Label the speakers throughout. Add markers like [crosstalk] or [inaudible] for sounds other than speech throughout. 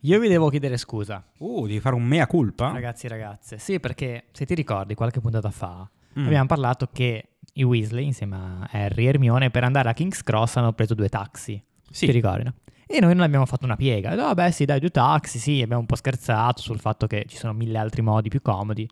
Speaker 1: Io vi devo chiedere scusa,
Speaker 2: Uh, devi fare un mea culpa?
Speaker 1: ragazzi e ragazze. Sì, perché se ti ricordi qualche puntata fa
Speaker 2: Mm.
Speaker 1: abbiamo parlato che i Weasley, insieme a Harry e Hermione, per andare a King's Cross hanno preso due taxi.
Speaker 2: Sì.
Speaker 1: Ti ricordi, no? E noi non abbiamo fatto una piega. No, beh, sì, dai, due taxi, sì, abbiamo un po' scherzato sul fatto che ci sono mille altri modi più comodi.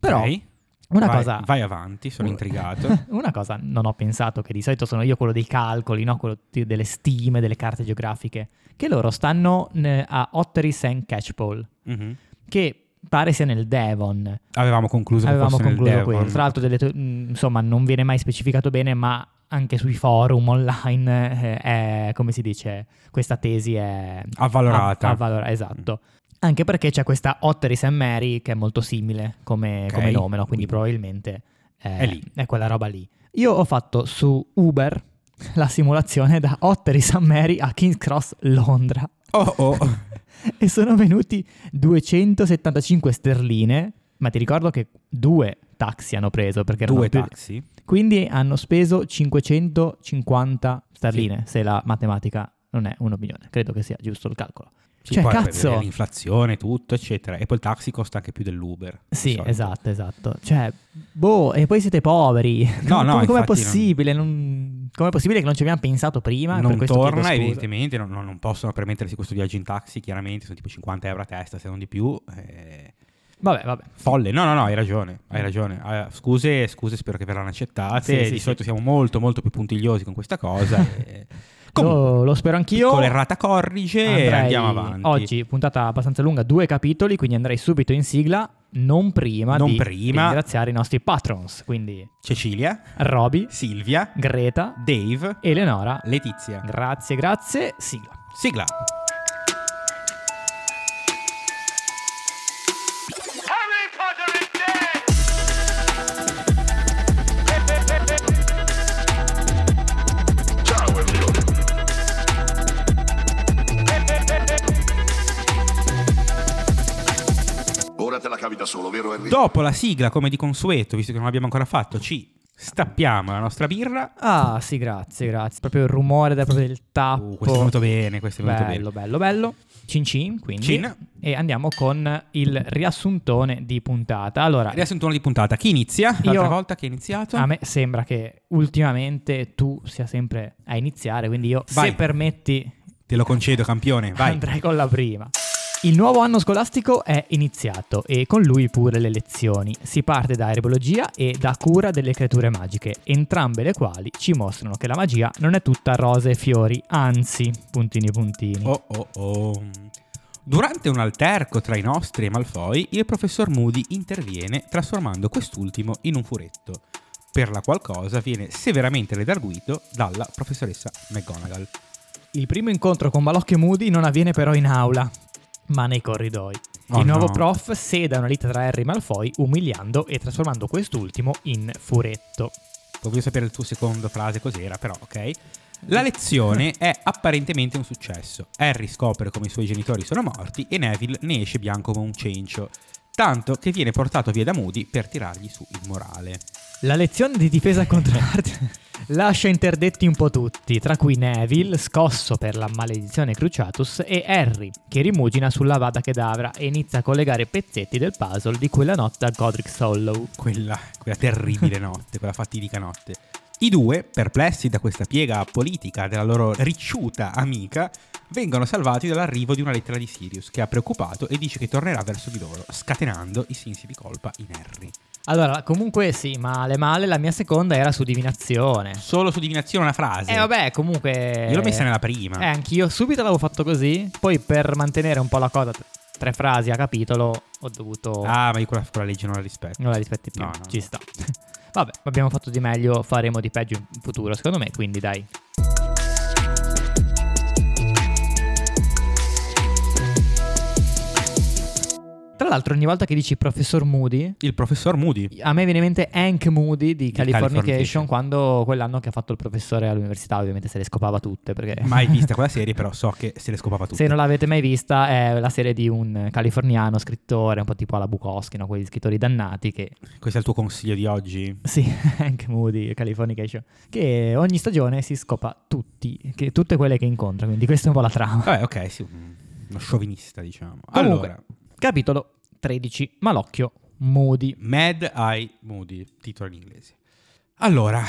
Speaker 1: Però
Speaker 2: Ok,
Speaker 1: una
Speaker 2: vai,
Speaker 1: cosa...
Speaker 2: Vai avanti, sono intrigato.
Speaker 1: [laughs] Una cosa non ho pensato, che di solito sono io quello dei calcoli, no? quello di- delle stime, delle carte geografiche, che loro stanno eh, a Ottery St. Catchpole,
Speaker 2: Mhm.
Speaker 1: che pare sia nel Devon.
Speaker 2: Avevamo concluso
Speaker 1: Avevamo
Speaker 2: che fosse
Speaker 1: concluso
Speaker 2: nel
Speaker 1: quello.
Speaker 2: Devon.
Speaker 1: Tra l'altro, delle teo- mh, insomma, non viene mai specificato bene, ma anche sui forum online eh, è, come si dice, questa tesi è
Speaker 2: Avvalorata.
Speaker 1: av- avvalora- esatto. Anche perché c'è questa Ottery St. Mary che è molto simile come,
Speaker 2: Ok.
Speaker 1: come nome, no? quindi
Speaker 2: Quindi-
Speaker 1: probabilmente eh,
Speaker 2: È lì.
Speaker 1: è quella roba lì. Io ho fatto su Uber [laughs] la simulazione da Ottery St. Mary a King's Cross Londra
Speaker 2: Oh,
Speaker 1: [laughs]
Speaker 2: oh.
Speaker 1: e sono venuti 275 sterline, ma ti ricordo che due taxi hanno preso perché erano
Speaker 2: Due
Speaker 1: più-
Speaker 2: taxi?
Speaker 1: quindi hanno speso 550 sterline, se la matematica non è un'opinione, credo che sia giusto il calcolo.
Speaker 2: Sì,
Speaker 1: Cioè,
Speaker 2: poi
Speaker 1: cazzo!
Speaker 2: vabbè, L'inflazione, tutto, eccetera. E poi il taxi costa anche più dell'Uber. di
Speaker 1: Sì,
Speaker 2: solito.
Speaker 1: esatto, esatto. Cioè, boh, e poi siete poveri.
Speaker 2: No, no,
Speaker 1: [laughs] come, com'è
Speaker 2: infatti
Speaker 1: possibile? Non... Com'è possibile che non ci abbiamo pensato prima? per
Speaker 2: non
Speaker 1: questo chiedo
Speaker 2: torna,
Speaker 1: scusa.
Speaker 2: evidentemente, non, non- non possono permettersi questo viaggio in taxi, chiaramente, sono tipo 50 euro a testa, se non di più. eh,
Speaker 1: Vabbè, vabbè.
Speaker 2: Folle, no, no, no, hai ragione, hai ragione. Ah, scuse, scuse, spero che verranno accettate.
Speaker 1: Sì, sì,
Speaker 2: di
Speaker 1: sì.
Speaker 2: solito siamo molto, molto più puntigliosi con questa cosa.
Speaker 1: [laughs]
Speaker 2: e- Comunque,
Speaker 1: Lo, lo spero anch'io.
Speaker 2: con l'errata corrige e
Speaker 1: Andrei-
Speaker 2: andiamo avanti.
Speaker 1: Oggi puntata abbastanza lunga, due capitoli, quindi andrei subito in sigla, non prima
Speaker 2: Non
Speaker 1: di
Speaker 2: prima.
Speaker 1: ringraziare i nostri patrons, quindi
Speaker 2: Cecilia,
Speaker 1: Roby,
Speaker 2: Silvia,
Speaker 1: Greta,
Speaker 2: Dave,
Speaker 1: Eleonora.
Speaker 2: Letizia.
Speaker 1: Grazie, grazie, sigla.
Speaker 2: Sigla.
Speaker 3: Harry Potter is dead! Hip, hip, hip, hip. Hip, hip, hip, hip.
Speaker 4: Ora te la cavi da solo, vero Henry?
Speaker 2: Dopo la sigla, come di consueto, visto che non l'abbiamo ancora fatto, ci stappiamo la nostra birra.
Speaker 1: Ah, sì, grazie, grazie. Proprio il rumore del, proprio del tappo.
Speaker 2: Uh, questo è venuto bene, questo è venuto
Speaker 1: bello, bello, bello. Cin cin, quindi.
Speaker 2: Cin.
Speaker 1: E andiamo con il riassuntone di puntata. Allora,
Speaker 2: bene. Riassunto di puntata. Chi inizia? L'altra
Speaker 1: Io-
Speaker 2: volta che è iniziato?
Speaker 1: a me sembra che ultimamente tu sia sempre a iniziare, quindi io, se
Speaker 2: Vai.
Speaker 1: permetti,
Speaker 2: Te lo concedo, campione. Vai.
Speaker 1: Andrei con la prima. Il nuovo anno scolastico è iniziato e con lui pure le lezioni. Si parte da erbologia e da cura delle creature magiche, entrambe le quali ci mostrano che la magia non è tutta rose e fiori, anzi, puntini puntini.
Speaker 2: Oh oh oh. Durante un alterco tra i nostri e Malfoy, il professor Moody interviene trasformando quest'ultimo in un furetto, per la qual cosa viene severamente redarguito dalla professoressa McGonagall.
Speaker 1: Il primo incontro con Balocchio e Moody non avviene però in aula, ma nei corridoi.
Speaker 2: Oh
Speaker 1: il nuovo
Speaker 2: no.
Speaker 1: prof seda una lite tra Harry e Malfoy, umiliando e trasformando quest'ultimo in furetto.
Speaker 2: Voglio sapere il tuo secondo frase cos'era, però ok. La lezione è apparentemente un successo. Harry scopre come i suoi genitori sono morti e Neville ne esce bianco come un cencio, tanto che viene portato via da Moody per tirargli su il morale.
Speaker 1: La lezione di difesa
Speaker 2: [laughs]
Speaker 1: contro l'arte lascia interdetti un po' tutti, tra cui Neville, scosso per la maledizione Cruciatus, e Harry, che rimugina sulla vada cadavra e inizia a collegare pezzetti del puzzle di quella notte a Godric Hollow.
Speaker 2: quella,
Speaker 1: [laughs]
Speaker 2: quella terribile notte, quella fatidica notte. I due, perplessi da questa piega politica della loro ricciuta amica, vengono salvati dall'arrivo di una lettera di Sirius che ha preoccupato e dice che tornerà verso di loro, scatenando i sensi di colpa in Harry.
Speaker 1: Allora, comunque sì, male male, la mia seconda era su divinazione.
Speaker 2: Solo su divinazione una frase.
Speaker 1: Eh vabbè, comunque...
Speaker 2: Io l'ho messa nella prima.
Speaker 1: Eh, anch'io subito l'avevo fatto così, poi per mantenere un po' la cosa, t- tre frasi a capitolo, ho dovuto...
Speaker 2: Ah, ma io quella, quella legge non la rispetto.
Speaker 1: Non la rispetti più,
Speaker 2: No, no,
Speaker 1: ci
Speaker 2: no.
Speaker 1: sta. [laughs] Vabbè, abbiamo fatto di meglio, faremo di peggio in futuro, secondo me, quindi dai. Tra l'altro, ogni volta che dici professor Moody,
Speaker 2: Il professor
Speaker 1: [laughs]
Speaker 2: Moody.
Speaker 1: a me viene in mente Hank Moody di Californication,
Speaker 2: Californication.
Speaker 1: quando quell'anno che ha fatto il professore all'università, ovviamente se le scopava tutte, perché
Speaker 2: Mai vista quella serie, però so che se le scopava tutte.
Speaker 1: se non l'avete mai vista è la serie di un californiano scrittore, un po' tipo alla Bukowski, no? quegli scrittori dannati che
Speaker 2: Questo è il tuo consiglio di oggi?
Speaker 1: Sì, [laughs] anche Moody, Californication. Che ogni stagione si scopa tutti, che- tutte quelle che incontra, quindi questa è un po' la trama.
Speaker 2: Vabbè, ok, sì. mm, uno sciovinista, diciamo.
Speaker 1: Comunque.
Speaker 2: Allora,
Speaker 1: Capitolo 13. Malocchio. Moody.
Speaker 2: Mad Eye Moody, titolo in inglese. Allora,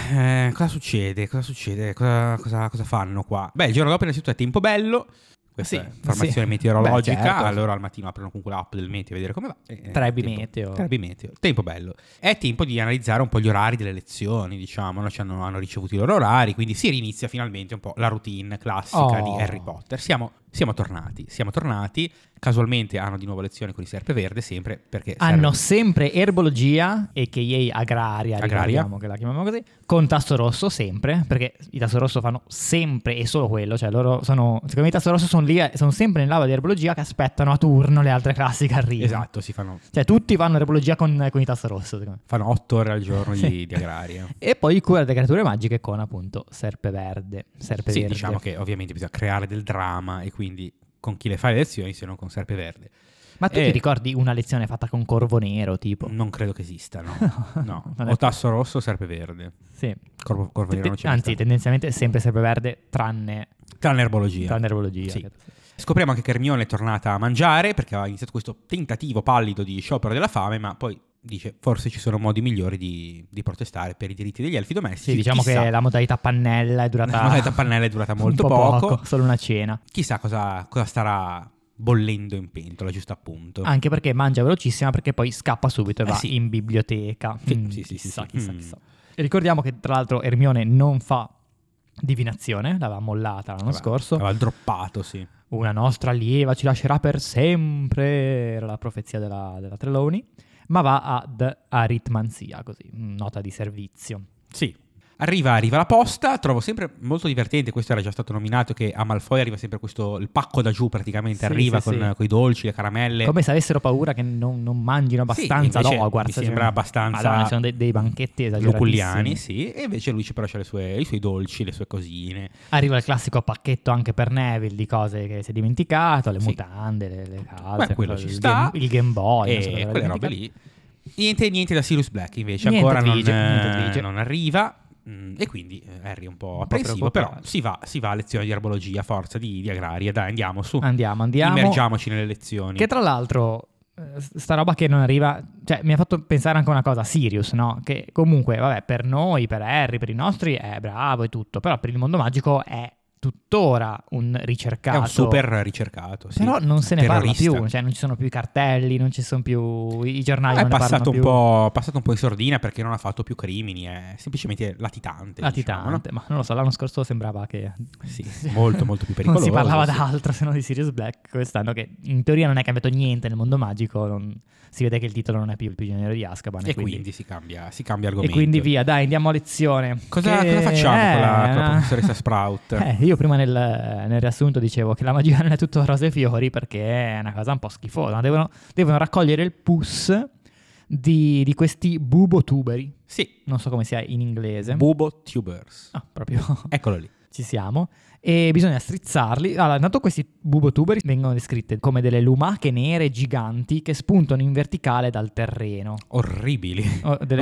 Speaker 2: eh, cosa succede? Cosa succede? Cosa, cosa- cosa fanno qua? Beh, il giorno dopo innanzitutto è tempo bello, questa
Speaker 1: Sì,
Speaker 2: è informazione
Speaker 1: sì.
Speaker 2: meteorologica,
Speaker 1: Beh, certo.
Speaker 2: allora al mattino aprono comunque l'app del meteo a vedere come va. e, eh,
Speaker 1: Trebi
Speaker 2: tempo-
Speaker 1: Meteo.
Speaker 2: Trebi Meteo, tempo bello. È tempo di analizzare un po' gli orari delle lezioni, diciamo, no? Ci hanno, hanno ricevuto i loro orari, quindi si rinizia finalmente un po' la routine classica
Speaker 1: Oh.
Speaker 2: di Harry Potter. Siamo, siamo tornati, siamo tornati, casualmente hanno di nuovo lezioni con i Serpeverde, sempre perché...
Speaker 1: Hanno
Speaker 2: serve-
Speaker 1: sempre erbologia, a.k.a. agraria,
Speaker 2: Agraria.
Speaker 1: ricordiamo che la chiamiamo così, con tasso rosso sempre, perché i tasso rosso fanno sempre e solo quello, cioè loro sono, secondo me i tasso rosso sono lì, eh, sono sempre nell'aula di erbologia che aspettano a turno le altre classi che arrivano.
Speaker 2: Esatto, si fanno
Speaker 1: Cioè tutti fanno erbologia con, con i tasso rosso, secondo me.
Speaker 2: Fanno 8 ore al giorno
Speaker 1: Sì.
Speaker 2: di, di
Speaker 1: [laughs]
Speaker 2: agraria.
Speaker 1: E poi cura delle creature magiche con appunto serpeverde, serpeverde.
Speaker 2: Sì, diciamo che ovviamente bisogna creare del dramma e quindi con chi le fa le lezioni se non con Serpeverde.
Speaker 1: Ma tu
Speaker 2: Eh.
Speaker 1: ti ricordi una lezione fatta con corvo nero, tipo?
Speaker 2: Non credo che
Speaker 1: [laughs]
Speaker 2: esista, no. No,
Speaker 1: Boh. Non è-
Speaker 2: o tasso rosso o Serpeverde.
Speaker 1: Sì.
Speaker 2: Corvo, corvo nero non c'è.
Speaker 1: Anzi, tendenzialmente sempre serpeverde, tranne,
Speaker 2: tranne erbologia.
Speaker 1: tranne erbologia.
Speaker 2: Sì. Scopriamo anche che Hermione è tornata a mangiare perché aveva iniziato questo tentativo pallido di sciopero della fame, ma poi dice forse ci sono modi migliori di, di protestare per i diritti degli elfi domestici.
Speaker 1: Sì, diciamo
Speaker 2: Chissà.
Speaker 1: che la modalità pannella è durata.
Speaker 2: [laughs] La modalità pannella è durata molto
Speaker 1: [laughs] un po
Speaker 2: poco.
Speaker 1: Solo una cena.
Speaker 2: chissà cosa, cosa starà bollendo in pentola, giusto appunto.
Speaker 1: Anche perché mangia velocissima, perché poi scappa subito e
Speaker 2: Eh
Speaker 1: va
Speaker 2: sì.
Speaker 1: in biblioteca.
Speaker 2: Sì,
Speaker 1: Mm,
Speaker 2: sì, sì, sì,
Speaker 1: chissà,
Speaker 2: sì.
Speaker 1: chissà,
Speaker 2: Mm.
Speaker 1: chissà. E ricordiamo che tra l'altro Hermione non fa divinazione, l'aveva mollata l'anno
Speaker 2: Aveva-
Speaker 1: scorso.
Speaker 2: Aveva droppato, sì.
Speaker 1: Una nostra allieva ci lascerà per sempre. Era la profezia della, della Trelawney. Ma va ad aritmanzia, così, nota di servizio.
Speaker 2: Sì. Arriva, arriva la posta, trovo sempre molto divertente, questo era già stato nominato, che a Malfoy arriva sempre questo, il pacco da giù praticamente,
Speaker 1: Sì,
Speaker 2: arriva
Speaker 1: sì,
Speaker 2: con,
Speaker 1: sì.
Speaker 2: i dolci, le caramelle.
Speaker 1: Come se avessero paura che non, non mangino
Speaker 2: Sì,
Speaker 1: abbastanza
Speaker 2: invece
Speaker 1: no, Hogwarts.
Speaker 2: Mi sembra abbastanza...
Speaker 1: Madonna, ci sono dei, dei banchetti
Speaker 2: Luculliani,
Speaker 1: esagerati.
Speaker 2: sì, e invece lui ci però c'ha le sue- i suoi dolci, le sue cosine.
Speaker 1: Arriva il classico pacchetto anche per Neville di cose che si è dimenticato, le
Speaker 2: Sì.
Speaker 1: mutande, le, le calze,
Speaker 2: Beh, quello ci
Speaker 1: Ah, il,
Speaker 2: sta.
Speaker 1: Game, il Game Boy, non so cosa
Speaker 2: e
Speaker 1: aveva
Speaker 2: quelle robe
Speaker 1: dimenticato.
Speaker 2: lì. Niente, niente da Sirius Black invece,
Speaker 1: Niente
Speaker 2: ancora
Speaker 1: twige,
Speaker 2: non, eh,
Speaker 1: niente twige.
Speaker 2: non arriva. Mm, E quindi eh, Harry è un po'
Speaker 1: Un po'
Speaker 2: apprensivo, però
Speaker 1: preoccupato.
Speaker 2: si va, si va a lezione di erbologia, forza di, di agraria, dai andiamo su,
Speaker 1: Andiamo, andiamo.
Speaker 2: immergiamoci nelle lezioni.
Speaker 1: Che tra l'altro, eh, sta roba che non arriva, cioè mi ha fatto pensare anche una cosa, Sirius, no? Che comunque, vabbè, per noi, per Harry, per i nostri è bravo e tutto, però per il mondo magico è tuttora un ricercato.
Speaker 2: è un super ricercato, sì.
Speaker 1: Però non se ne parla
Speaker 2: Terrorista.
Speaker 1: più, cioè non ci sono più i cartelli, non ci sono più i giornali.
Speaker 2: È
Speaker 1: non ne parlano
Speaker 2: passato un,
Speaker 1: più.
Speaker 2: po', passato un po' in sordina perché non ha fatto più crimini, è semplicemente
Speaker 1: [laughs]
Speaker 2: latitante. diciamo,
Speaker 1: Latitante, ma non lo so, l'anno scorso sembrava che
Speaker 2: no? Sì,
Speaker 1: [laughs]
Speaker 2: molto molto più
Speaker 1: non
Speaker 2: pericoloso.
Speaker 1: si parlava
Speaker 2: sì.
Speaker 1: d'altro se non di Sirius Black quest'anno, che in teoria non è cambiato niente nel mondo magico, non- si vede che il titolo non è più il prigioniero di Azkaban.
Speaker 2: E quindi si cambia, si cambia
Speaker 1: e
Speaker 2: argomento.
Speaker 1: quindi via, dai, andiamo a lezione.
Speaker 2: Cosa,
Speaker 1: Che-
Speaker 2: cosa facciamo con, la,
Speaker 1: eh,
Speaker 2: con la
Speaker 1: ma- [laughs]
Speaker 2: professoressa Sprout?
Speaker 1: Eh, io prima nel, nel riassunto dicevo che la magia non è tutto rose e fiori perché è una cosa un po' schifosa. Devono, devono raccogliere il pus di, di questi bubotuberi.
Speaker 2: Sì,
Speaker 1: Non so come sia in inglese.
Speaker 2: Bubo Tubers.
Speaker 1: ah, proprio [laughs]
Speaker 2: Eccolo lì.
Speaker 1: ci siamo. E bisogna strizzarli. Allora, intanto questi bubotuberi vengono descritti come delle lumache nere giganti che spuntano in verticale dal terreno.
Speaker 2: Orribili. [laughs]
Speaker 1: O- Oh, delle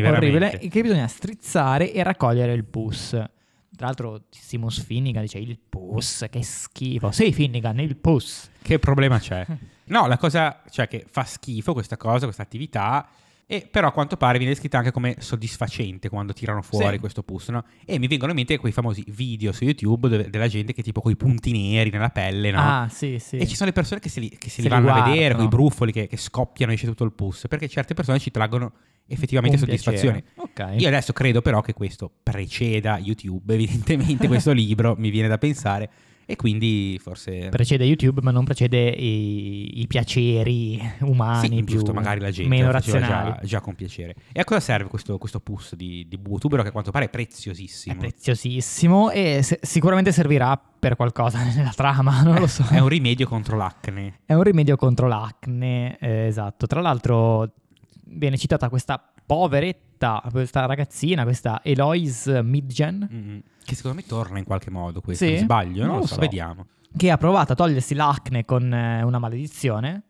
Speaker 1: cose orribili,
Speaker 2: Oh,
Speaker 1: eh,
Speaker 2: veramente.
Speaker 1: che bisogna strizzare e raccogliere il pus. Tra l'altro Simus Finnigan dice il pus, che schifo. Sì, Finnigan, il pus.
Speaker 2: Che problema
Speaker 1: [laughs]
Speaker 2: c'è? No, la cosa, cioè che fa schifo questa cosa, questa attività, e però a quanto pare viene descritta anche come soddisfacente quando tirano fuori
Speaker 1: Sì.
Speaker 2: questo pus, no? E mi vengono in mente quei famosi video su YouTube dove- della gente che tipo con i punti neri nella pelle, Eh, no?
Speaker 1: Ah, sì, sì.
Speaker 2: E ci sono le persone che se li, che
Speaker 1: Se
Speaker 2: se li
Speaker 1: li
Speaker 2: vanno a
Speaker 1: guardano.
Speaker 2: vedere, con i brufoli che, che scoppiano e esce tutto il pus, perché certe persone ci traggono effettivamente
Speaker 1: Un
Speaker 2: soddisfazione.
Speaker 1: piacere. Ok.
Speaker 2: Io adesso credo però che questo preceda
Speaker 1: [laughs]
Speaker 2: YouTube, evidentemente questo libro mi viene da pensare e quindi forse
Speaker 1: Precede YouTube, ma non precede i, i piaceri umani
Speaker 2: sì,
Speaker 1: più
Speaker 2: giusto, magari la gente
Speaker 1: meno
Speaker 2: lo faceva
Speaker 1: razionali.
Speaker 2: già, già con piacere. E a cosa serve questo, questo pus di, di buotubero che a quanto pare è preziosissimo?
Speaker 1: È preziosissimo e se- sicuramente servirà per qualcosa nella trama, [laughs] non lo so.
Speaker 2: È un rimedio
Speaker 1: [laughs]
Speaker 2: contro l'acne.
Speaker 1: È un rimedio contro l'acne, eh, esatto. Tra l'altro viene citata questa poveretta, questa ragazzina, questa Eloise Midgen,
Speaker 2: Mm, Che secondo me torna in qualche modo questo,
Speaker 1: Sì?
Speaker 2: mi sbaglio, non,
Speaker 1: Non
Speaker 2: lo
Speaker 1: lo
Speaker 2: so,
Speaker 1: so.
Speaker 2: vediamo.
Speaker 1: che ha provato a togliersi l'acne con eh, una maledizione.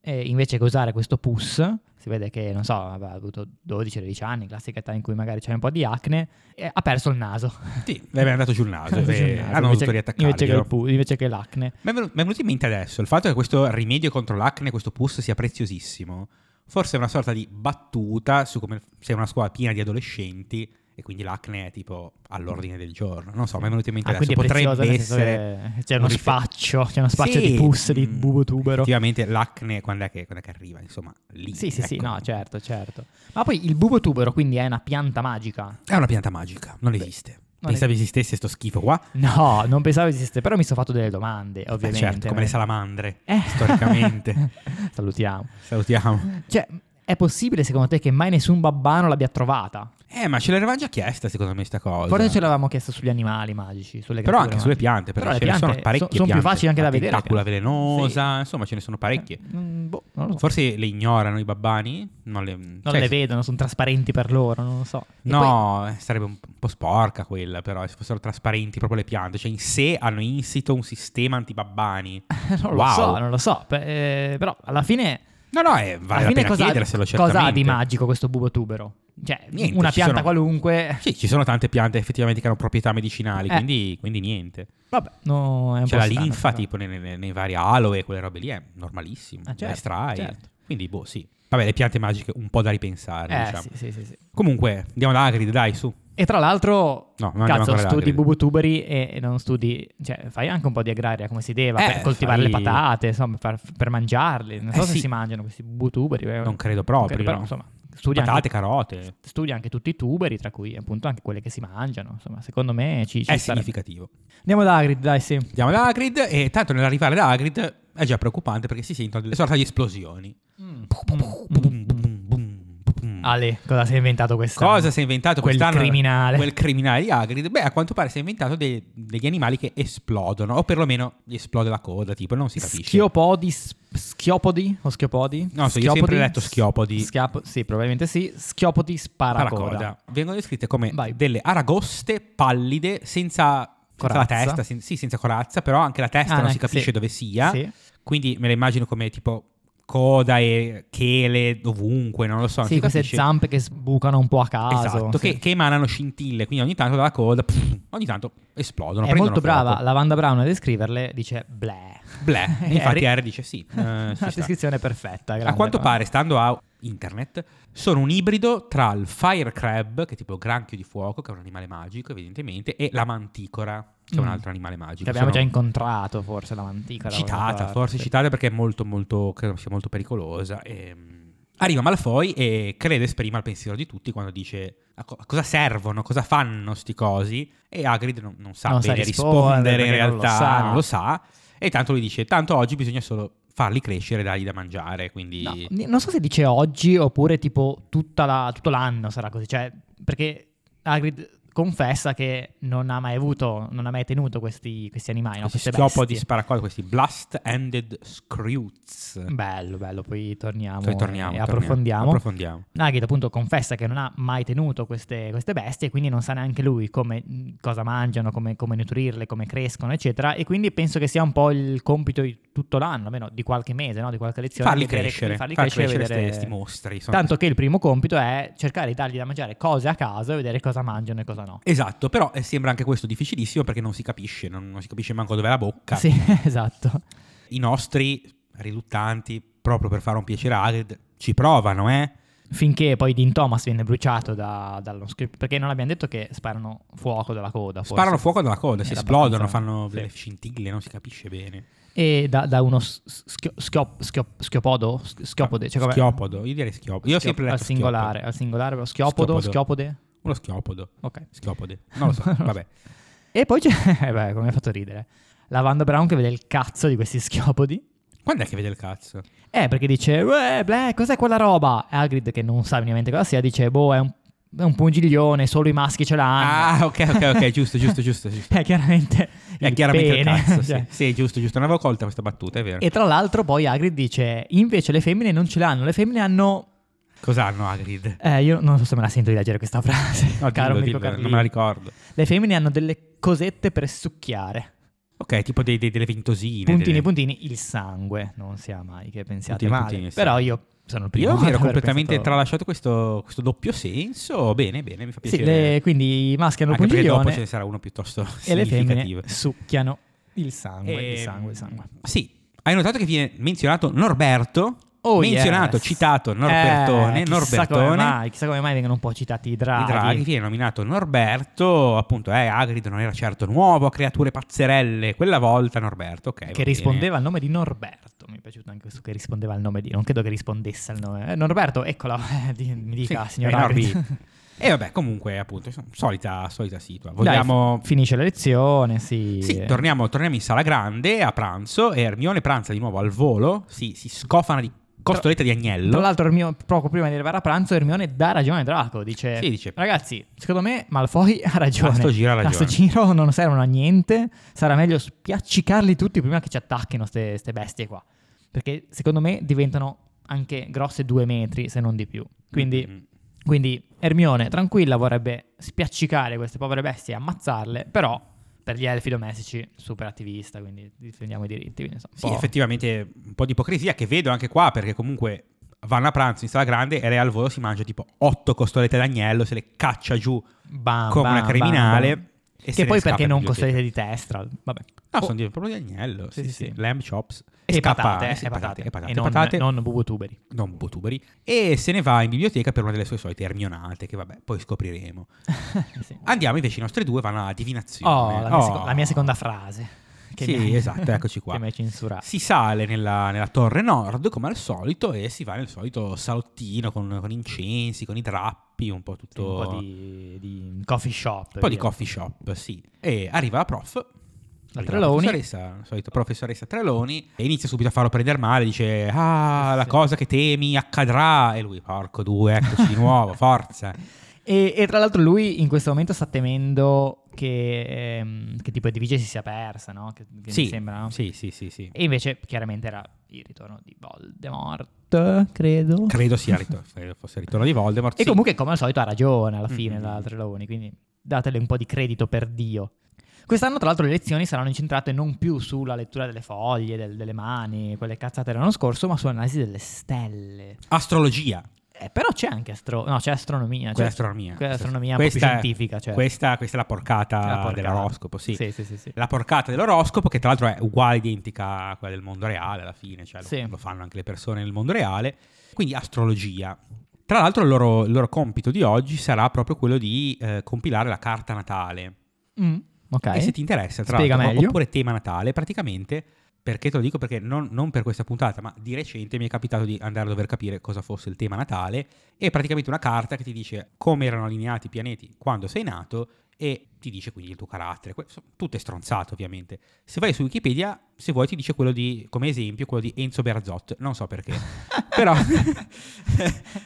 Speaker 1: eh, eh, invece che usare questo pus, si vede che, non so, aveva avuto 12-13 anni, classica età in cui magari c'è un po' di acne, eh, ha perso il naso.
Speaker 2: Ah, Sì, le abbiamo dato giù il
Speaker 1: [laughs]
Speaker 2: naso.
Speaker 1: Ha perso il
Speaker 2: e
Speaker 1: naso,
Speaker 2: hanno dovuto riattaccarglielo.
Speaker 1: invece che il pu- invece che l'acne.
Speaker 2: Mi è, venu- mi è venuto in mente adesso il fatto che questo rimedio contro l'acne, questo pus, sia preziosissimo. Forse è una sorta di battuta su come sei una scuola piena di adolescenti e quindi l'acne è tipo all'ordine del giorno. Non so, mi è venuto in mente
Speaker 1: Ah,
Speaker 2: adesso.
Speaker 1: quindi è preziosa
Speaker 2: Potrebbe
Speaker 1: nel senso
Speaker 2: essere.
Speaker 1: che c'è uno
Speaker 2: un rife-
Speaker 1: spaccio, c'è uno spaccio
Speaker 2: Sì,
Speaker 1: di pus, di
Speaker 2: mm,
Speaker 1: bubo tubero.
Speaker 2: Effettivamente l'acne quando è che, quando è che arriva? Insomma, lì.
Speaker 1: Sì, sì, sì,
Speaker 2: ecco.
Speaker 1: no, certo, certo. Ma poi il bubo tubero quindi è una pianta magica?
Speaker 2: È una pianta magica, non esiste.
Speaker 1: non
Speaker 2: Pensavi esistesse sto schifo qua? Eh, certo,
Speaker 1: No, non pensavo esistesse, però mi sono fatto delle domande,
Speaker 2: Beh,
Speaker 1: ovviamente.
Speaker 2: certo, come le salamandre,
Speaker 1: Eh.
Speaker 2: storicamente.
Speaker 1: [laughs] Salutiamo.
Speaker 2: Salutiamo.
Speaker 1: Cioè, è possibile secondo te che mai nessun babbano l'abbia trovata?
Speaker 2: Eh, ma ce l'avevamo già chiesta, secondo me, sta cosa.
Speaker 1: Forse ce l'avevamo chiesto sugli animali magici, sulle
Speaker 2: Però
Speaker 1: creature
Speaker 2: anche sulle
Speaker 1: magiche.
Speaker 2: piante, perché
Speaker 1: Però
Speaker 2: ce
Speaker 1: le
Speaker 2: ne sono
Speaker 1: piante
Speaker 2: parecchie.
Speaker 1: sono più
Speaker 2: piante.
Speaker 1: facili anche da
Speaker 2: La
Speaker 1: vedere.
Speaker 2: Tentacula
Speaker 1: le piante.
Speaker 2: velenosa, insomma, ce ne sono parecchie.
Speaker 1: Sì. Mm, boh, non lo so.
Speaker 2: Forse le ignorano i babbani? Non le,
Speaker 1: Non
Speaker 2: cioè,
Speaker 1: le vedono, sono trasparenti per loro, non lo so. E poi-
Speaker 2: No, eh, sarebbe un po' sporca quella, però, se fossero trasparenti proprio le piante. Cioè, in sé hanno insito un sistema antibabbani.
Speaker 1: [laughs] [laughs] non lo
Speaker 2: Wow.
Speaker 1: so, non lo so. pe- eh, però alla fine,
Speaker 2: No, no, eh, vale
Speaker 1: alla
Speaker 2: la
Speaker 1: fine
Speaker 2: pena
Speaker 1: cosa,
Speaker 2: chiederselo,
Speaker 1: cosa ha di
Speaker 2: certamente.
Speaker 1: magico questo bubo tubero? Cioè,
Speaker 2: Niente,
Speaker 1: una
Speaker 2: ci
Speaker 1: pianta
Speaker 2: sono-
Speaker 1: qualunque.
Speaker 2: Sì, ci sono tante piante effettivamente che hanno proprietà medicinali,
Speaker 1: Eh.
Speaker 2: quindi, quindi niente.
Speaker 1: Vabbè, no, è un
Speaker 2: C'è
Speaker 1: po'
Speaker 2: Cioè, la
Speaker 1: strano,
Speaker 2: linfa,
Speaker 1: però.
Speaker 2: tipo, nei, nei- nei vari aloe, quelle robe lì, è normalissimo.
Speaker 1: Ah, certo,
Speaker 2: la estrai.
Speaker 1: certo.
Speaker 2: Quindi, boh, sì. Vabbè, le piante magiche un po' da ripensare,
Speaker 1: Eh,
Speaker 2: diciamo.
Speaker 1: sì, sì, sì, sì.
Speaker 2: Comunque, andiamo da Hagrid, dai, su.
Speaker 1: E tra l'altro,
Speaker 2: No, non andiamo
Speaker 1: cazzo,
Speaker 2: ancora da
Speaker 1: studi
Speaker 2: Hagrid.
Speaker 1: bubutuberi e e non studi, cioè fai anche un po' di agraria come si deve
Speaker 2: Eh,
Speaker 1: per coltivare
Speaker 2: fai-
Speaker 1: le patate, insomma, per, per mangiarli. Non so
Speaker 2: Eh,
Speaker 1: se
Speaker 2: sì.
Speaker 1: si mangiano questi bubutuberi. eh,
Speaker 2: Non credo proprio,
Speaker 1: però,
Speaker 2: no.
Speaker 1: insomma, studi
Speaker 2: Patate,
Speaker 1: anche,
Speaker 2: carote.
Speaker 1: studi anche tutti i tuberi, tra cui appunto anche quelle che si mangiano. Insomma, secondo me ci, ci
Speaker 2: È
Speaker 1: starebbe.
Speaker 2: significativo.
Speaker 1: Andiamo da Hagrid, dai, sì.
Speaker 2: Andiamo da Hagrid e tanto nell'arrivare da Hagrid è già preoccupante perché si sentono delle sorta di esplosioni.
Speaker 1: Mm.
Speaker 2: Bum, bum, bum, bum.
Speaker 1: Ale, cosa si è inventato quest'anno?
Speaker 2: Mm. Cosa si è inventato
Speaker 1: Quel
Speaker 2: quest'anno?
Speaker 1: criminale.
Speaker 2: Quel criminale di Hagrid? Beh, a quanto pare si è inventato dei- degli animali che esplodono, o perlomeno gli esplode la coda, tipo, non si capisce.
Speaker 1: Schiopodi, sp- schiopodi o schiopodi?
Speaker 2: No, so, io ho
Speaker 1: Schiopodi?
Speaker 2: sempre letto schiopodi.
Speaker 1: Schiapo- sì, probabilmente sì. Schiopodi sparacoda.
Speaker 2: Paracoda. Vengono descritte come
Speaker 1: Vai.
Speaker 2: delle aragoste pallide senza, senza la
Speaker 1: Corazza.
Speaker 2: testa, sen- sì, senza corazza, però anche la testa
Speaker 1: Ah,
Speaker 2: non
Speaker 1: no,
Speaker 2: si capisce
Speaker 1: sì.
Speaker 2: dove sia.
Speaker 1: Sì.
Speaker 2: Quindi me la immagino come tipo coda e chele dovunque, non lo so. non
Speaker 1: Sì,
Speaker 2: si
Speaker 1: queste
Speaker 2: capisce.
Speaker 1: zampe che sbucano un po' a caso.
Speaker 2: Esatto,
Speaker 1: sì.
Speaker 2: che, che emanano scintille, quindi ogni tanto dalla coda, pff, ogni tanto esplodono.
Speaker 1: è
Speaker 2: prendono
Speaker 1: molto
Speaker 2: fuoco.
Speaker 1: brava. La Wanda Brown a descriverle dice bleh. [laughs]
Speaker 2: Bleh.
Speaker 1: Eh,
Speaker 2: Infatti
Speaker 1: ri-
Speaker 2: R
Speaker 1: [laughs]
Speaker 2: dice sì. eh,
Speaker 1: Una
Speaker 2: ci sta.
Speaker 1: descrizione perfetta.
Speaker 2: A
Speaker 1: grande,
Speaker 2: quanto
Speaker 1: guarda.
Speaker 2: pare, stando a internet, sono un ibrido tra il fire crab, che è tipo granchio di fuoco, che è un animale magico, evidentemente, e la manticora, che è un
Speaker 1: Mm.
Speaker 2: altro animale magico.
Speaker 1: Che abbiamo
Speaker 2: Sono
Speaker 1: già incontrato forse la mantica. da qualche
Speaker 2: citata,
Speaker 1: parte.
Speaker 2: forse citata perché è molto, molto, credo sia molto pericolosa. Ehm, Arriva Malfoy e credo esprima il pensiero di tutti quando dice a, co- a cosa servono, cosa fanno sti cosi e Hagrid non, non sa
Speaker 1: Non sa
Speaker 2: bene
Speaker 1: rispondere,
Speaker 2: rispondere, in
Speaker 1: perché non lo
Speaker 2: realtà
Speaker 1: sa.
Speaker 2: non lo sa e tanto lui dice tanto oggi bisogna solo farli crescere e dargli da mangiare, quindi
Speaker 1: No, ni- non so se dice oggi oppure tipo tutta la- tutto l'anno sarà così, cioè perché Hagrid confessa che non ha mai avuto, non ha mai tenuto questi, questi animali, no?
Speaker 2: Questo
Speaker 1: queste
Speaker 2: schioppo di
Speaker 1: bestie.
Speaker 2: sparacoda, questi blast ended scroots.
Speaker 1: Bello, bello, poi torniamo,
Speaker 2: Poi torniamo,
Speaker 1: e
Speaker 2: torniamo,
Speaker 1: approfondiamo.
Speaker 2: approfondiamo.
Speaker 1: Nagit appunto confessa che non ha mai tenuto queste, queste bestie, quindi non sa neanche lui come, mh, cosa mangiano, come, come nutrirle, come crescono, eccetera. E quindi penso che sia un po' il compito di tutto l'anno, almeno di qualche mese, no? di qualche lezione.
Speaker 2: Farli
Speaker 1: vedere-
Speaker 2: crescere,
Speaker 1: di farli
Speaker 2: far
Speaker 1: crescere, e
Speaker 2: crescere
Speaker 1: vedere-
Speaker 2: sti- sti mostri, sono-
Speaker 1: Tanto che il primo compito è cercare di dargli da mangiare cose a caso e vedere cosa mangiano e cosa no.
Speaker 2: Esatto, però eh, sembra anche questo difficilissimo perché non si capisce, non, non si capisce manco dove è la bocca.
Speaker 1: Sì, [laughs] esatto.
Speaker 2: I nostri riluttanti, proprio per fare un piacere a Hagrid, ci provano, eh?
Speaker 1: Finché poi Dean Thomas viene bruciato da- dallo script, perché non abbiamo detto che sparano fuoco dalla coda. forse.
Speaker 2: Sparano fuoco dalla coda, si
Speaker 1: Era
Speaker 2: esplodono,
Speaker 1: abbastanza-
Speaker 2: fanno
Speaker 1: sì.
Speaker 2: delle scintille, non si capisce bene.
Speaker 1: E da, da uno s- schio- schiop- schiop- schiopodo? Sch- Schiopode? Cioè, com'è?
Speaker 2: Schiopodo, io direi schiopodo. Io ho
Speaker 1: Schio-
Speaker 2: sempre letto
Speaker 1: al singolare,
Speaker 2: schiopodo.
Speaker 1: al singolare, però schiopodo,
Speaker 2: Schiopodo.
Speaker 1: schiopode.
Speaker 2: Uno schiopodo,
Speaker 1: Ok.
Speaker 2: schiopode, non lo
Speaker 1: [laughs]
Speaker 2: so, vabbè.
Speaker 1: E poi c'è, [laughs] eh beh, come mi ha fatto ridere, la Wanda Brown che vede il cazzo di questi schiopodi.
Speaker 2: Quando è che vede il cazzo?
Speaker 1: Eh, perché dice, "Uè, bleh, cos'è quella roba? E Hagrid, che non sa minimamente cosa sia, dice, boh, è un, è un pungiglione, solo i maschi ce l'hanno.
Speaker 2: Ah, ok, ok,
Speaker 1: [laughs]
Speaker 2: ok, giusto, giusto, giusto, giusto.
Speaker 1: è chiaramente
Speaker 2: [laughs] È
Speaker 1: il
Speaker 2: chiaramente il
Speaker 1: pene,
Speaker 2: cazzo, sì.
Speaker 1: cioè.
Speaker 2: Sì, giusto, giusto. Non avevo colta questa battuta, è vero.
Speaker 1: E tra l'altro poi Hagrid dice, invece le femmine non ce l'hanno, le femmine hanno...
Speaker 2: Cos'hanno Hagrid?
Speaker 1: Eh, io non so se me la sento di leggere questa frase,
Speaker 2: No,
Speaker 1: caro
Speaker 2: dillo,
Speaker 1: amico
Speaker 2: dillo, non
Speaker 1: Carlino.
Speaker 2: me la ricordo.
Speaker 1: Le femmine hanno delle cosette per succhiare.
Speaker 2: Ok, tipo dei- dei- delle ventosine.
Speaker 1: Puntini,
Speaker 2: delle-
Speaker 1: puntini, il sangue. Non sia mai che pensiate
Speaker 2: Puntini,
Speaker 1: male.
Speaker 2: puntini, il
Speaker 1: Però io sono il primo.
Speaker 2: Io mi
Speaker 1: ad
Speaker 2: ero
Speaker 1: aver
Speaker 2: completamente
Speaker 1: pensato-
Speaker 2: tralasciato questo, questo doppio senso. Bene, bene, mi fa
Speaker 1: Sì,
Speaker 2: piacere.
Speaker 1: le- quindi i maschi hanno
Speaker 2: Anche perché dopo
Speaker 1: pungiglione
Speaker 2: ce ne sarà uno piuttosto
Speaker 1: [laughs] e le
Speaker 2: significativo.
Speaker 1: femmine succhiano il sangue, il
Speaker 2: Ehm,
Speaker 1: sangue, il sangue.
Speaker 2: Sì, hai notato che viene menzionato Norberto?
Speaker 1: Oh,
Speaker 2: menzionato,
Speaker 1: yes.
Speaker 2: citato Norbertone,
Speaker 1: Eh, chissà Come
Speaker 2: Norbertone.
Speaker 1: mai, chissà come mai vengono un po' citati i
Speaker 2: Di
Speaker 1: draghi.
Speaker 2: Draghi Eh, viene nominato Norberto, appunto, eh, Agrido non era certo nuovo, creature pazzerelle, quella volta Norberto, ok. va
Speaker 1: Che
Speaker 2: bene.
Speaker 1: rispondeva al nome di Norberto. Mi è piaciuto anche questo che rispondeva al nome di. Non credo che rispondesse al nome. Eh, Norberto, eccola. [laughs] di- mi
Speaker 2: Sì,
Speaker 1: dica,
Speaker 2: eh,
Speaker 1: signor
Speaker 2: Norbi.
Speaker 1: Agri.
Speaker 2: E vabbè, comunque, appunto, insomma, solita, solita situa.
Speaker 1: Dai,
Speaker 2: Vogliamo...
Speaker 1: f- finisce la lezione, sì.
Speaker 2: Sì, torniamo, torniamo in sala grande a pranzo e Ermione pranza di nuovo al volo, si, si scofana di costolette di
Speaker 1: Tra
Speaker 2: agnello.
Speaker 1: l'altro, Ermio- poco prima di arrivare a pranzo, Ermione dà ragione a Draco. Dice:
Speaker 2: Sì, dice-
Speaker 1: Ragazzi, secondo me Malfoy ha ragione.
Speaker 2: A sto giro ha
Speaker 1: A sto
Speaker 2: ragione."
Speaker 1: giro non servono a niente. Sarà meglio spiaccicarli tutti prima che ci attacchino ste, ste bestie qua. Perché secondo me diventano anche grosse due metri, se non di più. Quindi,
Speaker 2: Mm.
Speaker 1: quindi Ermione, tranquilla, vorrebbe spiaccicare queste povere bestie e ammazzarle, però. Per gli elfi domestici, super attivista, quindi difendiamo i diritti. Quindi, insomma, un
Speaker 2: Sì,
Speaker 1: po'-
Speaker 2: effettivamente un po' di ipocrisia che vedo anche qua perché comunque vanno a pranzo in sala grande e lei al volo si mangia tipo otto costolette d'agnello, se le caccia giù
Speaker 1: Bam,
Speaker 2: come
Speaker 1: bam,
Speaker 2: una criminale.
Speaker 1: bam.
Speaker 2: e se
Speaker 1: Ah, Che
Speaker 2: ne
Speaker 1: poi
Speaker 2: scappa
Speaker 1: perché
Speaker 2: in
Speaker 1: non
Speaker 2: biblioteca.
Speaker 1: costruite di testa? Vabbè.
Speaker 2: No,
Speaker 1: Oh,
Speaker 2: sono di- proprio di agnello, sì,
Speaker 1: Sì,
Speaker 2: sì,
Speaker 1: sì, sì.
Speaker 2: lamb chops.
Speaker 1: e
Speaker 2: scappa-
Speaker 1: patate,
Speaker 2: eh, sì,
Speaker 1: e patate,
Speaker 2: e patate,
Speaker 1: e non,
Speaker 2: patate,
Speaker 1: non [laughs] bubutuberi.
Speaker 2: non botuberi, e se ne va in biblioteca per una delle sue solite ermionate, che vabbè, poi scopriremo.
Speaker 1: Sì. Ah,
Speaker 2: Andiamo invece, i nostri due vanno alla divinazione.
Speaker 1: Oh, ecco la mia, seco-
Speaker 2: Oh.
Speaker 1: la mia seconda frase.
Speaker 2: Sì, esatto, eccoci qua.
Speaker 1: [laughs] Che mi hai censurato.
Speaker 2: Si sale nella, nella torre nord come al solito e si va nel solito salottino con, con incensi, con i drappi, un po'
Speaker 1: Sì, un
Speaker 2: tutto...
Speaker 1: po' di, di coffee shop.
Speaker 2: un po' di coffee shop, sì. E arriva la prof. arriva
Speaker 1: Treloni.
Speaker 2: professoressa, la solita professoressa Treloni e inizia subito a farlo prendere male, dice ah la
Speaker 1: Sì.
Speaker 2: cosa che temi accadrà e lui porco due, eccoci di
Speaker 1: [laughs]
Speaker 2: nuovo, forza.
Speaker 1: E, e tra l'altro lui in questo momento sta temendo che, ehm, che tipo Edivice si sia persa, no? Che, che mi
Speaker 2: Sì,
Speaker 1: sembra, no?
Speaker 2: sì, sì, sì, sì.
Speaker 1: E invece chiaramente era il ritorno di Voldemort, credo.
Speaker 2: Credo sia ritor- credo fosse il ritorno di Voldemort.
Speaker 1: E
Speaker 2: sì.
Speaker 1: comunque, come al solito, ha ragione alla fine
Speaker 2: Mm.
Speaker 1: la Trelawney, quindi datele un po' di credito per Dio. Quest'anno, tra l'altro, le lezioni saranno incentrate non più sulla lettura delle foglie, del- delle mani, quelle cazzate dell'anno scorso, ma sull'analisi delle stelle.
Speaker 2: astrologia.
Speaker 1: Eh, però c'è anche astro- no, c'è astronomia.
Speaker 2: Quella
Speaker 1: C'è
Speaker 2: è astronomia.
Speaker 1: Quella
Speaker 2: Questa-
Speaker 1: astronomia un po'
Speaker 2: questa
Speaker 1: più
Speaker 2: è-
Speaker 1: scientifica. Cioè,
Speaker 2: Questa, questa è la porcata,
Speaker 1: La porcata.
Speaker 2: dell'oroscopo, sì.
Speaker 1: Sì, sì, sì. sì.
Speaker 2: La porcata dell'oroscopo, che tra l'altro è uguale, identica a quella del mondo reale alla fine, cioè lo-
Speaker 1: Sì.
Speaker 2: lo, fanno anche le persone nel mondo reale. Quindi astrologia. Tra l'altro il loro, il loro compito di oggi sarà proprio quello di eh, compilare la carta natale.
Speaker 1: Mm, ok.
Speaker 2: E se ti interessa, tra
Speaker 1: Spiega
Speaker 2: l'altro,
Speaker 1: meglio.
Speaker 2: oppure tema natale, praticamente, perché te lo dico perché non, non per questa puntata, ma di recente mi è capitato di andare a dover capire cosa fosse il tema natale, è praticamente una carta che ti dice come erano allineati i pianeti quando sei nato e ti dice quindi il tuo carattere. Que- so- Tutto è stronzato ovviamente. Se vai su Wikipedia, se vuoi ti dice quello di, come esempio, quello di Enzo Berzot, non
Speaker 1: [laughs]
Speaker 2: so perché, però... [laughs]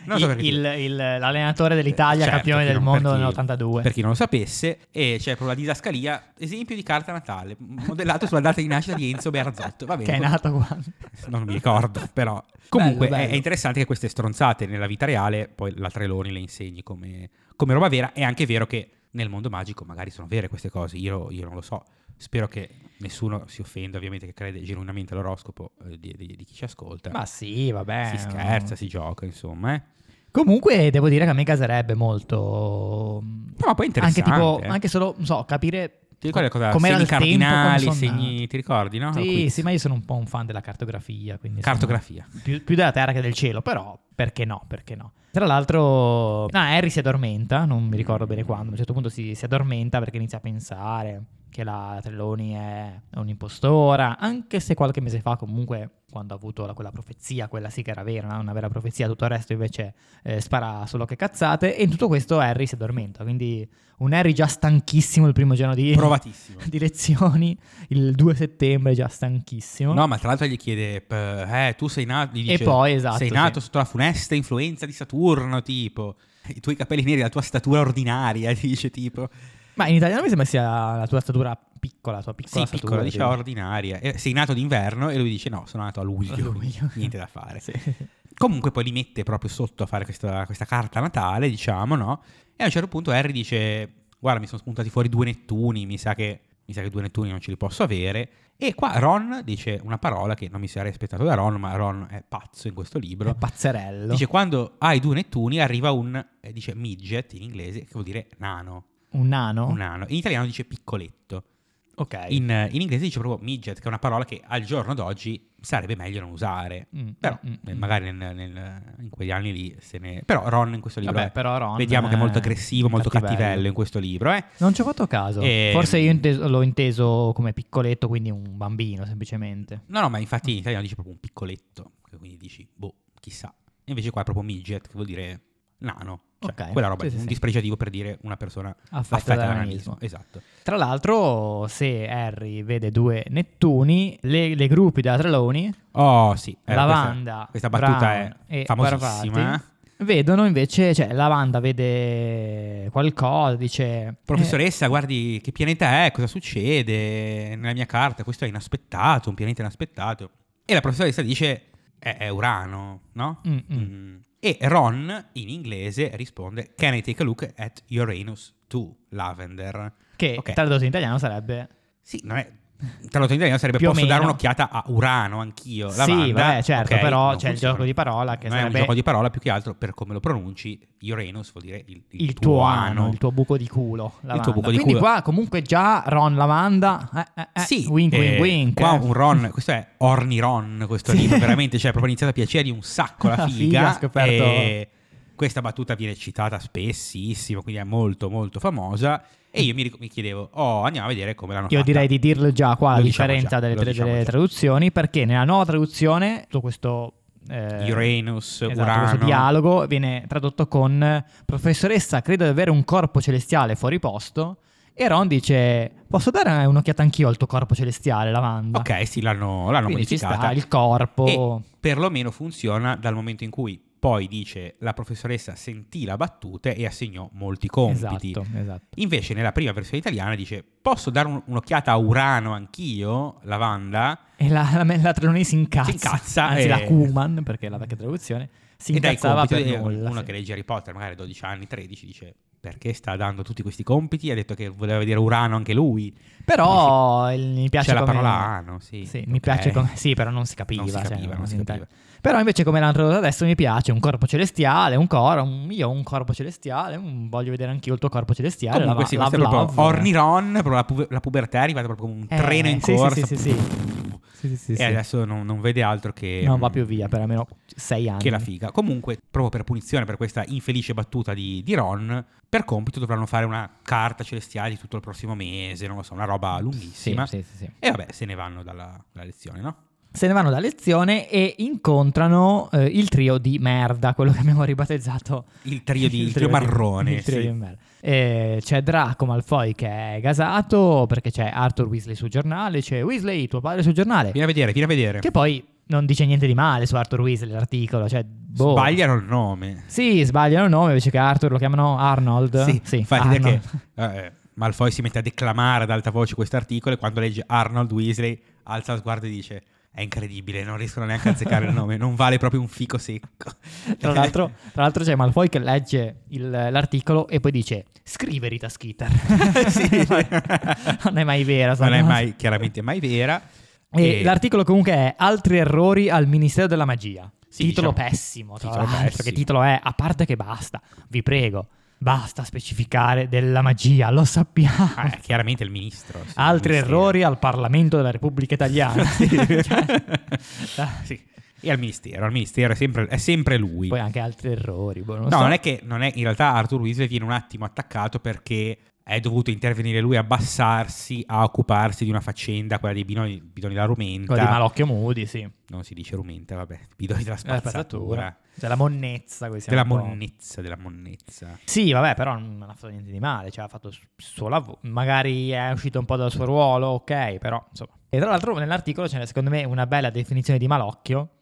Speaker 2: non
Speaker 1: Il-
Speaker 2: so perché.
Speaker 1: il- il- l'allenatore dell'Italia,
Speaker 2: Certo,
Speaker 1: campione
Speaker 2: chi
Speaker 1: del
Speaker 2: non-
Speaker 1: mondo
Speaker 2: per chi-
Speaker 1: nell'82.
Speaker 2: Per chi non lo sapesse, e c'è proprio la didascalia, esempio di carta natale, modellato sulla data di nascita di Enzo Berzotto. Va bene.
Speaker 1: [laughs] Che è nato quando?
Speaker 2: Non mi ricordo, però. Comunque
Speaker 1: Bello,
Speaker 2: è-
Speaker 1: bello.
Speaker 2: È, interessante che queste stronzate nella vita reale, poi la Treloni le insegni come, come roba vera. È anche vero che nel mondo magico magari sono vere queste cose, io, io non lo so. Spero che nessuno si offenda, ovviamente, che crede genuinamente all'oroscopo eh, di, di- di chi ci ascolta.
Speaker 1: Ma sì, eh, vabbè.
Speaker 2: si scherza, si gioca, insomma. Eh.
Speaker 1: Comunque devo dire che a me caserebbe molto.
Speaker 2: No, poi è
Speaker 1: Anche,
Speaker 2: interessante.
Speaker 1: tipo,
Speaker 2: eh.
Speaker 1: anche solo, non so, capire.
Speaker 2: Ti ricordi cosa?
Speaker 1: com'era
Speaker 2: segni
Speaker 1: il tempo,
Speaker 2: cardinali,
Speaker 1: come son
Speaker 2: segni, ti ricordi, no?
Speaker 1: nato. Sì,
Speaker 2: Quiz.
Speaker 1: sì, ma io sono un po' un fan della cartografia. Quindi sono-
Speaker 2: Cartografia.
Speaker 1: più, più della terra che del cielo, però perché no? Perché no? Tra l'altro, no, Harry si addormenta, non mi ricordo bene quando, a un certo punto si, si addormenta perché inizia a pensare che la Trelloni è un'impostora, anche se qualche mese fa comunque, quando ha avuto la- quella profezia, quella sì che era vera, no? una vera profezia, tutto il resto invece eh, spara solo che cazzate, e in tutto questo Harry si addormenta, quindi un Harry già stanchissimo il primo giorno di,
Speaker 2: Provatissimo.
Speaker 1: [laughs] di lezioni, il 2 settembre già stanchissimo.
Speaker 2: No, ma tra l'altro gli chiede, p- eh, tu sei nato, gli
Speaker 1: E
Speaker 2: dice,
Speaker 1: poi, esatto,
Speaker 2: sei nato
Speaker 1: sì.
Speaker 2: sotto la funesta influenza di Saturno, tipo, i tuoi capelli neri, la tua statura ordinaria, [laughs] gli dice tipo,
Speaker 1: Ma in italiano mi sembra sia la tua statura piccola, la tua piccola
Speaker 2: sì,
Speaker 1: statura. diciamo.
Speaker 2: piccola,
Speaker 1: tipo.
Speaker 2: dice diciamo, ordinaria, E sei nato d'inverno e lui dice no, sono nato
Speaker 1: [laughs]
Speaker 2: a luglio,
Speaker 1: A luglio.
Speaker 2: niente da fare.
Speaker 1: [laughs] Sì.
Speaker 2: Comunque poi li mette proprio sotto a fare questa, questa carta natale, diciamo, no? E a un certo punto Harry dice, guarda, mi sono spuntati fuori due Nettuni, mi sa che... mi sa che due Nettuni non ce li posso avere. E qua Ron dice una parola che non mi sarei aspettato da Ron, ma Ron è pazzo in questo libro.
Speaker 1: È pazzerello.
Speaker 2: Dice quando hai due Nettuni arriva un, eh, dice midget in inglese, che vuol dire nano.
Speaker 1: un nano?
Speaker 2: Un nano. In italiano dice piccoletto.
Speaker 1: Oh. ok.
Speaker 2: In, in inglese dice proprio midget, che è una parola che al giorno d'oggi sarebbe meglio non usare.
Speaker 1: Mm,
Speaker 2: Però
Speaker 1: mm, mm,
Speaker 2: eh,
Speaker 1: mm.
Speaker 2: magari nel- nel- in quegli anni lì se ne... Però Ron in questo libro...
Speaker 1: Vabbè,
Speaker 2: è-
Speaker 1: però Ron eh,
Speaker 2: Vediamo che è molto aggressivo, molto cattivello, in
Speaker 1: cattivello.
Speaker 2: questo libro, eh.
Speaker 1: Non ci ho fatto caso.
Speaker 2: Ehm.
Speaker 1: Forse io inteso- l'ho inteso come piccoletto, quindi un bambino semplicemente.
Speaker 2: No, no, ma infatti in italiano dice proprio un piccoletto, che quindi dici, boh, chissà. E invece qua è proprio midget, che vuol dire nano. Cioè,
Speaker 1: Ok,
Speaker 2: quella roba,
Speaker 1: sì,
Speaker 2: è
Speaker 1: sì,
Speaker 2: un
Speaker 1: sì.
Speaker 2: dispregiativo per dire una persona
Speaker 1: Affetto
Speaker 2: affetta
Speaker 1: da
Speaker 2: da
Speaker 1: nanismo. Eh,
Speaker 2: nanismo. Esatto.
Speaker 1: Tra l'altro, se Harry vede due Nettuni, le, le gruppi della Trelawney,
Speaker 2: Oh, sì. eh,
Speaker 1: Lavanda,
Speaker 2: Questa, questa battuta
Speaker 1: Brown e
Speaker 2: è famosissima. eh.
Speaker 1: Parvati, vedono invece, cioè Lavanda vede qualcosa, dice...
Speaker 2: Professoressa, guardi che pianeta è, cosa succede nella mia carta, questo è inaspettato, un pianeta inaspettato. E la professoressa dice, è, è Urano, no?
Speaker 1: eh, mm, mm.
Speaker 2: Mm. E Ron, in inglese, risponde, can I take a look at Uranus 2, Lavender?
Speaker 1: Che
Speaker 2: Ok.
Speaker 1: tradotto in italiano sarebbe...
Speaker 2: Sì, non è... Tra l'altro in italiano sarebbe
Speaker 1: Più o
Speaker 2: posso dare
Speaker 1: meno.
Speaker 2: un'occhiata a Urano anch'io.
Speaker 1: Sì,
Speaker 2: Lavanda,
Speaker 1: vabbè, certo,
Speaker 2: ok,
Speaker 1: però
Speaker 2: non
Speaker 1: c'è il
Speaker 2: funziona.
Speaker 1: gioco di parola che
Speaker 2: non
Speaker 1: sarebbe...
Speaker 2: è un gioco di parola più che altro per come lo pronunci. Uranus vuol dire il,
Speaker 1: il tuo ano, il tuo buco di culo. Lavanda.
Speaker 2: tuo buco di
Speaker 1: Quindi
Speaker 2: culo.
Speaker 1: qua comunque già Ron Lavanda. Eh, eh, eh,
Speaker 2: Sì,
Speaker 1: Wink,
Speaker 2: eh,
Speaker 1: wink, wink.
Speaker 2: Qua
Speaker 1: eh.
Speaker 2: un Ron, questo è Orni Ron, questo
Speaker 1: Sì.
Speaker 2: libro, veramente, cioè, è proprio iniziato a piacergli un
Speaker 1: [laughs]
Speaker 2: sacco la
Speaker 1: La figa, ha
Speaker 2: figa.
Speaker 1: scoperto-
Speaker 2: e questa battuta viene citata spessissimo, quindi è molto, molto famosa. E io mi, ric- mi chiedevo, oh, andiamo a vedere come l'hanno
Speaker 1: Io direi di dirlo già qua, a
Speaker 2: Lo diciamo
Speaker 1: differenza
Speaker 2: già,
Speaker 1: delle,
Speaker 2: lo
Speaker 1: tre-
Speaker 2: diciamo
Speaker 1: delle
Speaker 2: già.
Speaker 1: traduzioni, perché nella nuova traduzione tutto questo... eh,
Speaker 2: Uranus,
Speaker 1: esatto,
Speaker 2: Urano.
Speaker 1: questo dialogo viene tradotto con professoressa, credo di avere un corpo celestiale fuori posto. E Ron dice: Posso dare un'occhiata anch'io al tuo corpo celestiale, Lavanda?
Speaker 2: Ok, sì, l'hanno, l'hanno
Speaker 1: Quindi ci
Speaker 2: modificata.
Speaker 1: sta il corpo.
Speaker 2: E perlomeno funziona dal momento in cui poi dice la professoressa sentì la battuta e assegnò molti compiti.
Speaker 1: Esatto, esatto.
Speaker 2: Invece nella prima versione italiana dice posso dare un- un'occhiata a Urano anch'io, Lavanda?
Speaker 1: E la, la, la Trelawney si incazza.
Speaker 2: Si incazza,
Speaker 1: Anzi,
Speaker 2: eh.
Speaker 1: la Kuman, perché è la vecchia traduzione, si
Speaker 2: e dai
Speaker 1: incazzava
Speaker 2: compiti,
Speaker 1: per
Speaker 2: eh,
Speaker 1: nulla.
Speaker 2: uno
Speaker 1: sì.
Speaker 2: che legge Harry Potter, magari 12 anni, 13, dice perché sta dando tutti questi compiti? Ha detto che voleva vedere Urano anche lui.
Speaker 1: Però il- mi piace
Speaker 2: C'è la
Speaker 1: come...
Speaker 2: parola Ano, sì.
Speaker 1: Sì, mi
Speaker 2: ok.
Speaker 1: piace come... Sì, però non si capiva.
Speaker 2: Non si
Speaker 1: cioè,
Speaker 2: capiva, non si
Speaker 1: niente.
Speaker 2: capiva.
Speaker 1: Però invece come l'hanno tradotto adesso mi piace, un corpo celestiale, un coro, un- io ho un corpo celestiale, un- voglio vedere anch'io il tuo corpo celestiale.
Speaker 2: Comunque
Speaker 1: la,
Speaker 2: sì,
Speaker 1: la,
Speaker 2: questo è proprio Orniron, proprio la, pu- la pubertà è arrivata proprio come un treno in
Speaker 1: Eh, sì,
Speaker 2: corsa.
Speaker 1: Sì, sì, sì, sì. Sì, sì,
Speaker 2: e
Speaker 1: sì.
Speaker 2: adesso non, non vede altro che,
Speaker 1: Non va più via per almeno sei anni.
Speaker 2: che la figa. Comunque, proprio per punizione per questa infelice battuta di, di Ron, per compito dovranno fare una carta celestiale di tutto il prossimo mese, non lo so, una roba
Speaker 1: Sì,
Speaker 2: lunghissima.
Speaker 1: sì, sì, sì.
Speaker 2: E vabbè, se ne vanno dalla, dalla lezione, no?
Speaker 1: se ne vanno da lezione e incontrano eh, il trio di merda, quello che abbiamo ribattezzato
Speaker 2: Il trio di il trio
Speaker 1: di-
Speaker 2: marrone.
Speaker 1: il trio
Speaker 2: sì.
Speaker 1: di merda. Eh, c'è Draco Malfoy che è gasato perché c'è Arthur Weasley sul giornale, c'è Weasley, tuo padre sul giornale,
Speaker 2: Vieni a vedere, vieni a vedere.
Speaker 1: che poi non dice niente di male su Arthur Weasley l'articolo, cioè boh.
Speaker 2: Sbagliano il nome.
Speaker 1: Sì, sbagliano il nome invece che Arthur lo chiamano Arnold.
Speaker 2: infatti è
Speaker 1: Arnold.
Speaker 2: che eh, Malfoy si mette a declamare ad alta voce questo articolo e quando legge Arnold Weasley alza lo sguardo e dice è incredibile, non riescono neanche a azzeccare il nome, non vale proprio un fico secco.
Speaker 1: Tra l'altro, tra l'altro c'è Malfoy che legge il- l'articolo e poi dice scrive Rita
Speaker 2: [laughs]
Speaker 1: Skeeter. [laughs]
Speaker 2: Sì.
Speaker 1: non è mai vera. sta
Speaker 2: non è
Speaker 1: cosa.
Speaker 2: mai, chiaramente mai vera.
Speaker 1: E
Speaker 2: E-
Speaker 1: l'articolo comunque è Altri errori al Ministero della Magia.
Speaker 2: Sì,
Speaker 1: titolo
Speaker 2: diciamo-
Speaker 1: pessimo, tra
Speaker 2: titolo
Speaker 1: l'altro,
Speaker 2: pessimo.
Speaker 1: che titolo è A parte che basta, vi prego, basta specificare della magia, lo sappiamo.
Speaker 2: Ah, è chiaramente il ministro. sì,
Speaker 1: Altri
Speaker 2: il ministero.
Speaker 1: errori al Parlamento della Repubblica
Speaker 2: [laughs]
Speaker 1: Italiana. [laughs] Cioè,
Speaker 2: Sì. E al ministero, al ministero è sempre, è sempre lui.
Speaker 1: Poi anche altri errori. boh, non
Speaker 2: No,
Speaker 1: so.
Speaker 2: non è che non è, in realtà Arthur Weasley viene un attimo attaccato perché è dovuto intervenire lui, abbassarsi a occuparsi di una faccenda, quella dei bidoni, bidoni della rumenta.
Speaker 1: Quello di Malocchio Moody, sì.
Speaker 2: non si dice rumenta, vabbè, bidoni della
Speaker 1: Della
Speaker 2: spazzatura.
Speaker 1: Cioè la monnezza. così Eh, siamo
Speaker 2: Della
Speaker 1: un po'-
Speaker 2: monnezza, della monnezza.
Speaker 1: Sì, vabbè, però non ha fatto niente di male, cioè ha fatto il suo lavoro, magari è uscito un po' dal suo ruolo, ok, però insomma. E tra l'altro nell'articolo c'è secondo me una bella definizione di Malocchio,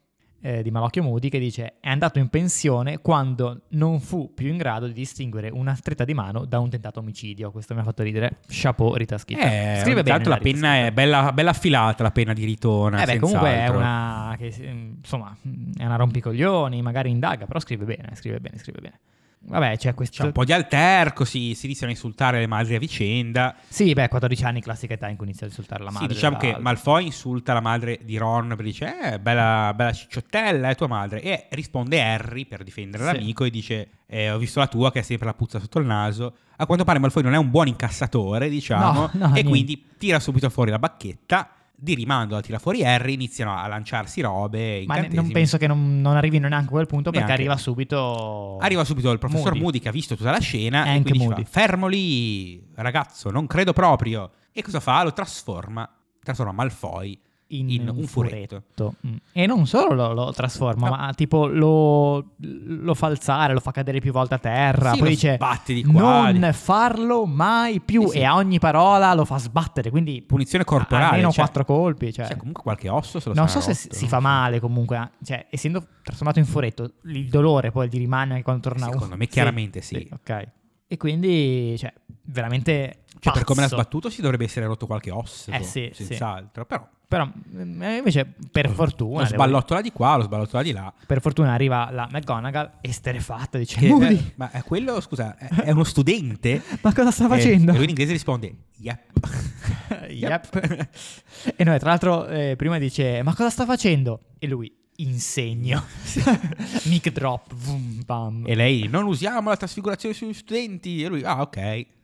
Speaker 1: eh, di Malocchio Moody, che dice è andato in pensione quando non fu più in grado di distinguere una stretta di mano da un tentato omicidio, questo mi ha fatto ridere, chapeau Rita Schitta.
Speaker 2: Eh,
Speaker 1: Scrive bene
Speaker 2: tanto la
Speaker 1: Rita
Speaker 2: penna è
Speaker 1: Schitta.
Speaker 2: bella, bella affilata, la penna di ritona.
Speaker 1: Eh beh, comunque è
Speaker 2: senz'altro.
Speaker 1: mm, una che, si- insomma, è una rompicoglioni, magari indaga, però scrive bene, scrive bene, scrive bene. Vabbè, c'è questo.
Speaker 2: C'è un Diciamo po' di alterco, si, si iniziano a insultare le madri a vicenda.
Speaker 1: Sì, beh, 14 anni, classica età in cui inizia a insultare la
Speaker 2: Sì,
Speaker 1: madre.
Speaker 2: diciamo che
Speaker 1: dell'altro.
Speaker 2: Malfoy insulta la madre di Ron perché dice, eh, bella, bella cicciottella, è tua madre. E risponde Harry per difendere
Speaker 1: Sì.
Speaker 2: l'amico e dice, "Eh, ho visto la tua che ha sempre la puzza sotto il naso. A quanto pare Malfoy non è un buon incassatore, diciamo,
Speaker 1: No, no,
Speaker 2: e
Speaker 1: niente.
Speaker 2: quindi tira subito fuori la bacchetta. Di rimando la tira fuori Harry, iniziano a lanciarsi robe.
Speaker 1: Ma ne- non
Speaker 2: incantesimi.
Speaker 1: penso che non, non arrivino neanche a quel punto perché
Speaker 2: Neanche.
Speaker 1: arriva subito.
Speaker 2: Arriva subito il professor Moody, che ha visto tutta la scena
Speaker 1: Hank
Speaker 2: e quindi diceva,
Speaker 1: Moody.
Speaker 2: fermo lì, ragazzo, non credo proprio. E cosa fa? Lo trasforma, trasforma Malfoy in un furetto.
Speaker 1: Mm. E non solo lo, lo trasforma,
Speaker 2: No.
Speaker 1: ma tipo lo, lo fa alzare, lo fa cadere più volte a terra.
Speaker 2: Sì,
Speaker 1: poi
Speaker 2: lo
Speaker 1: dice:
Speaker 2: sbatte di qua,
Speaker 1: Non
Speaker 2: di-
Speaker 1: farlo mai più.
Speaker 2: Sì, sì.
Speaker 1: E a ogni parola lo fa sbattere. Quindi
Speaker 2: Punizione corporale.
Speaker 1: almeno
Speaker 2: cioè-
Speaker 1: quattro colpi. Cioè.
Speaker 2: Sì, comunque qualche osso se lo
Speaker 1: non so
Speaker 2: sarà
Speaker 1: se si-
Speaker 2: rotto,
Speaker 1: si
Speaker 2: non
Speaker 1: fa
Speaker 2: so.
Speaker 1: male comunque, eh. cioè, essendo trasformato in furetto, il dolore poi gli rimane anche quando torna
Speaker 2: Secondo me chiaramente sì.
Speaker 1: ok. E quindi, cioè, veramente
Speaker 2: Cioè, per come l'ha
Speaker 1: pazzo.
Speaker 2: sbattuto si dovrebbe essere rotto qualche osso,
Speaker 1: Eh sì, sì.
Speaker 2: senz'altro. Però
Speaker 1: Però eh, invece per fortuna devo
Speaker 2: lo
Speaker 1: dire,
Speaker 2: sballottola di qua, lo sballottola di là.
Speaker 1: per fortuna arriva la McGonagall esterefatta, dice
Speaker 2: Che-
Speaker 1: Moody,
Speaker 2: [laughs] eh, ma è quello, scusa, è, è uno studente?
Speaker 1: [laughs] ma cosa sta
Speaker 2: Eh,
Speaker 1: facendo?
Speaker 2: E lui in inglese risponde,
Speaker 1: [laughs]
Speaker 2: yep.
Speaker 1: Yep. e noi tra l'altro eh, prima dice ma cosa sta facendo? E lui
Speaker 2: [laughs]
Speaker 1: insegno. Mic drop. Vum, bam.
Speaker 2: E lei, non usiamo la trasfigurazione sugli studenti. E lui, ah, ok.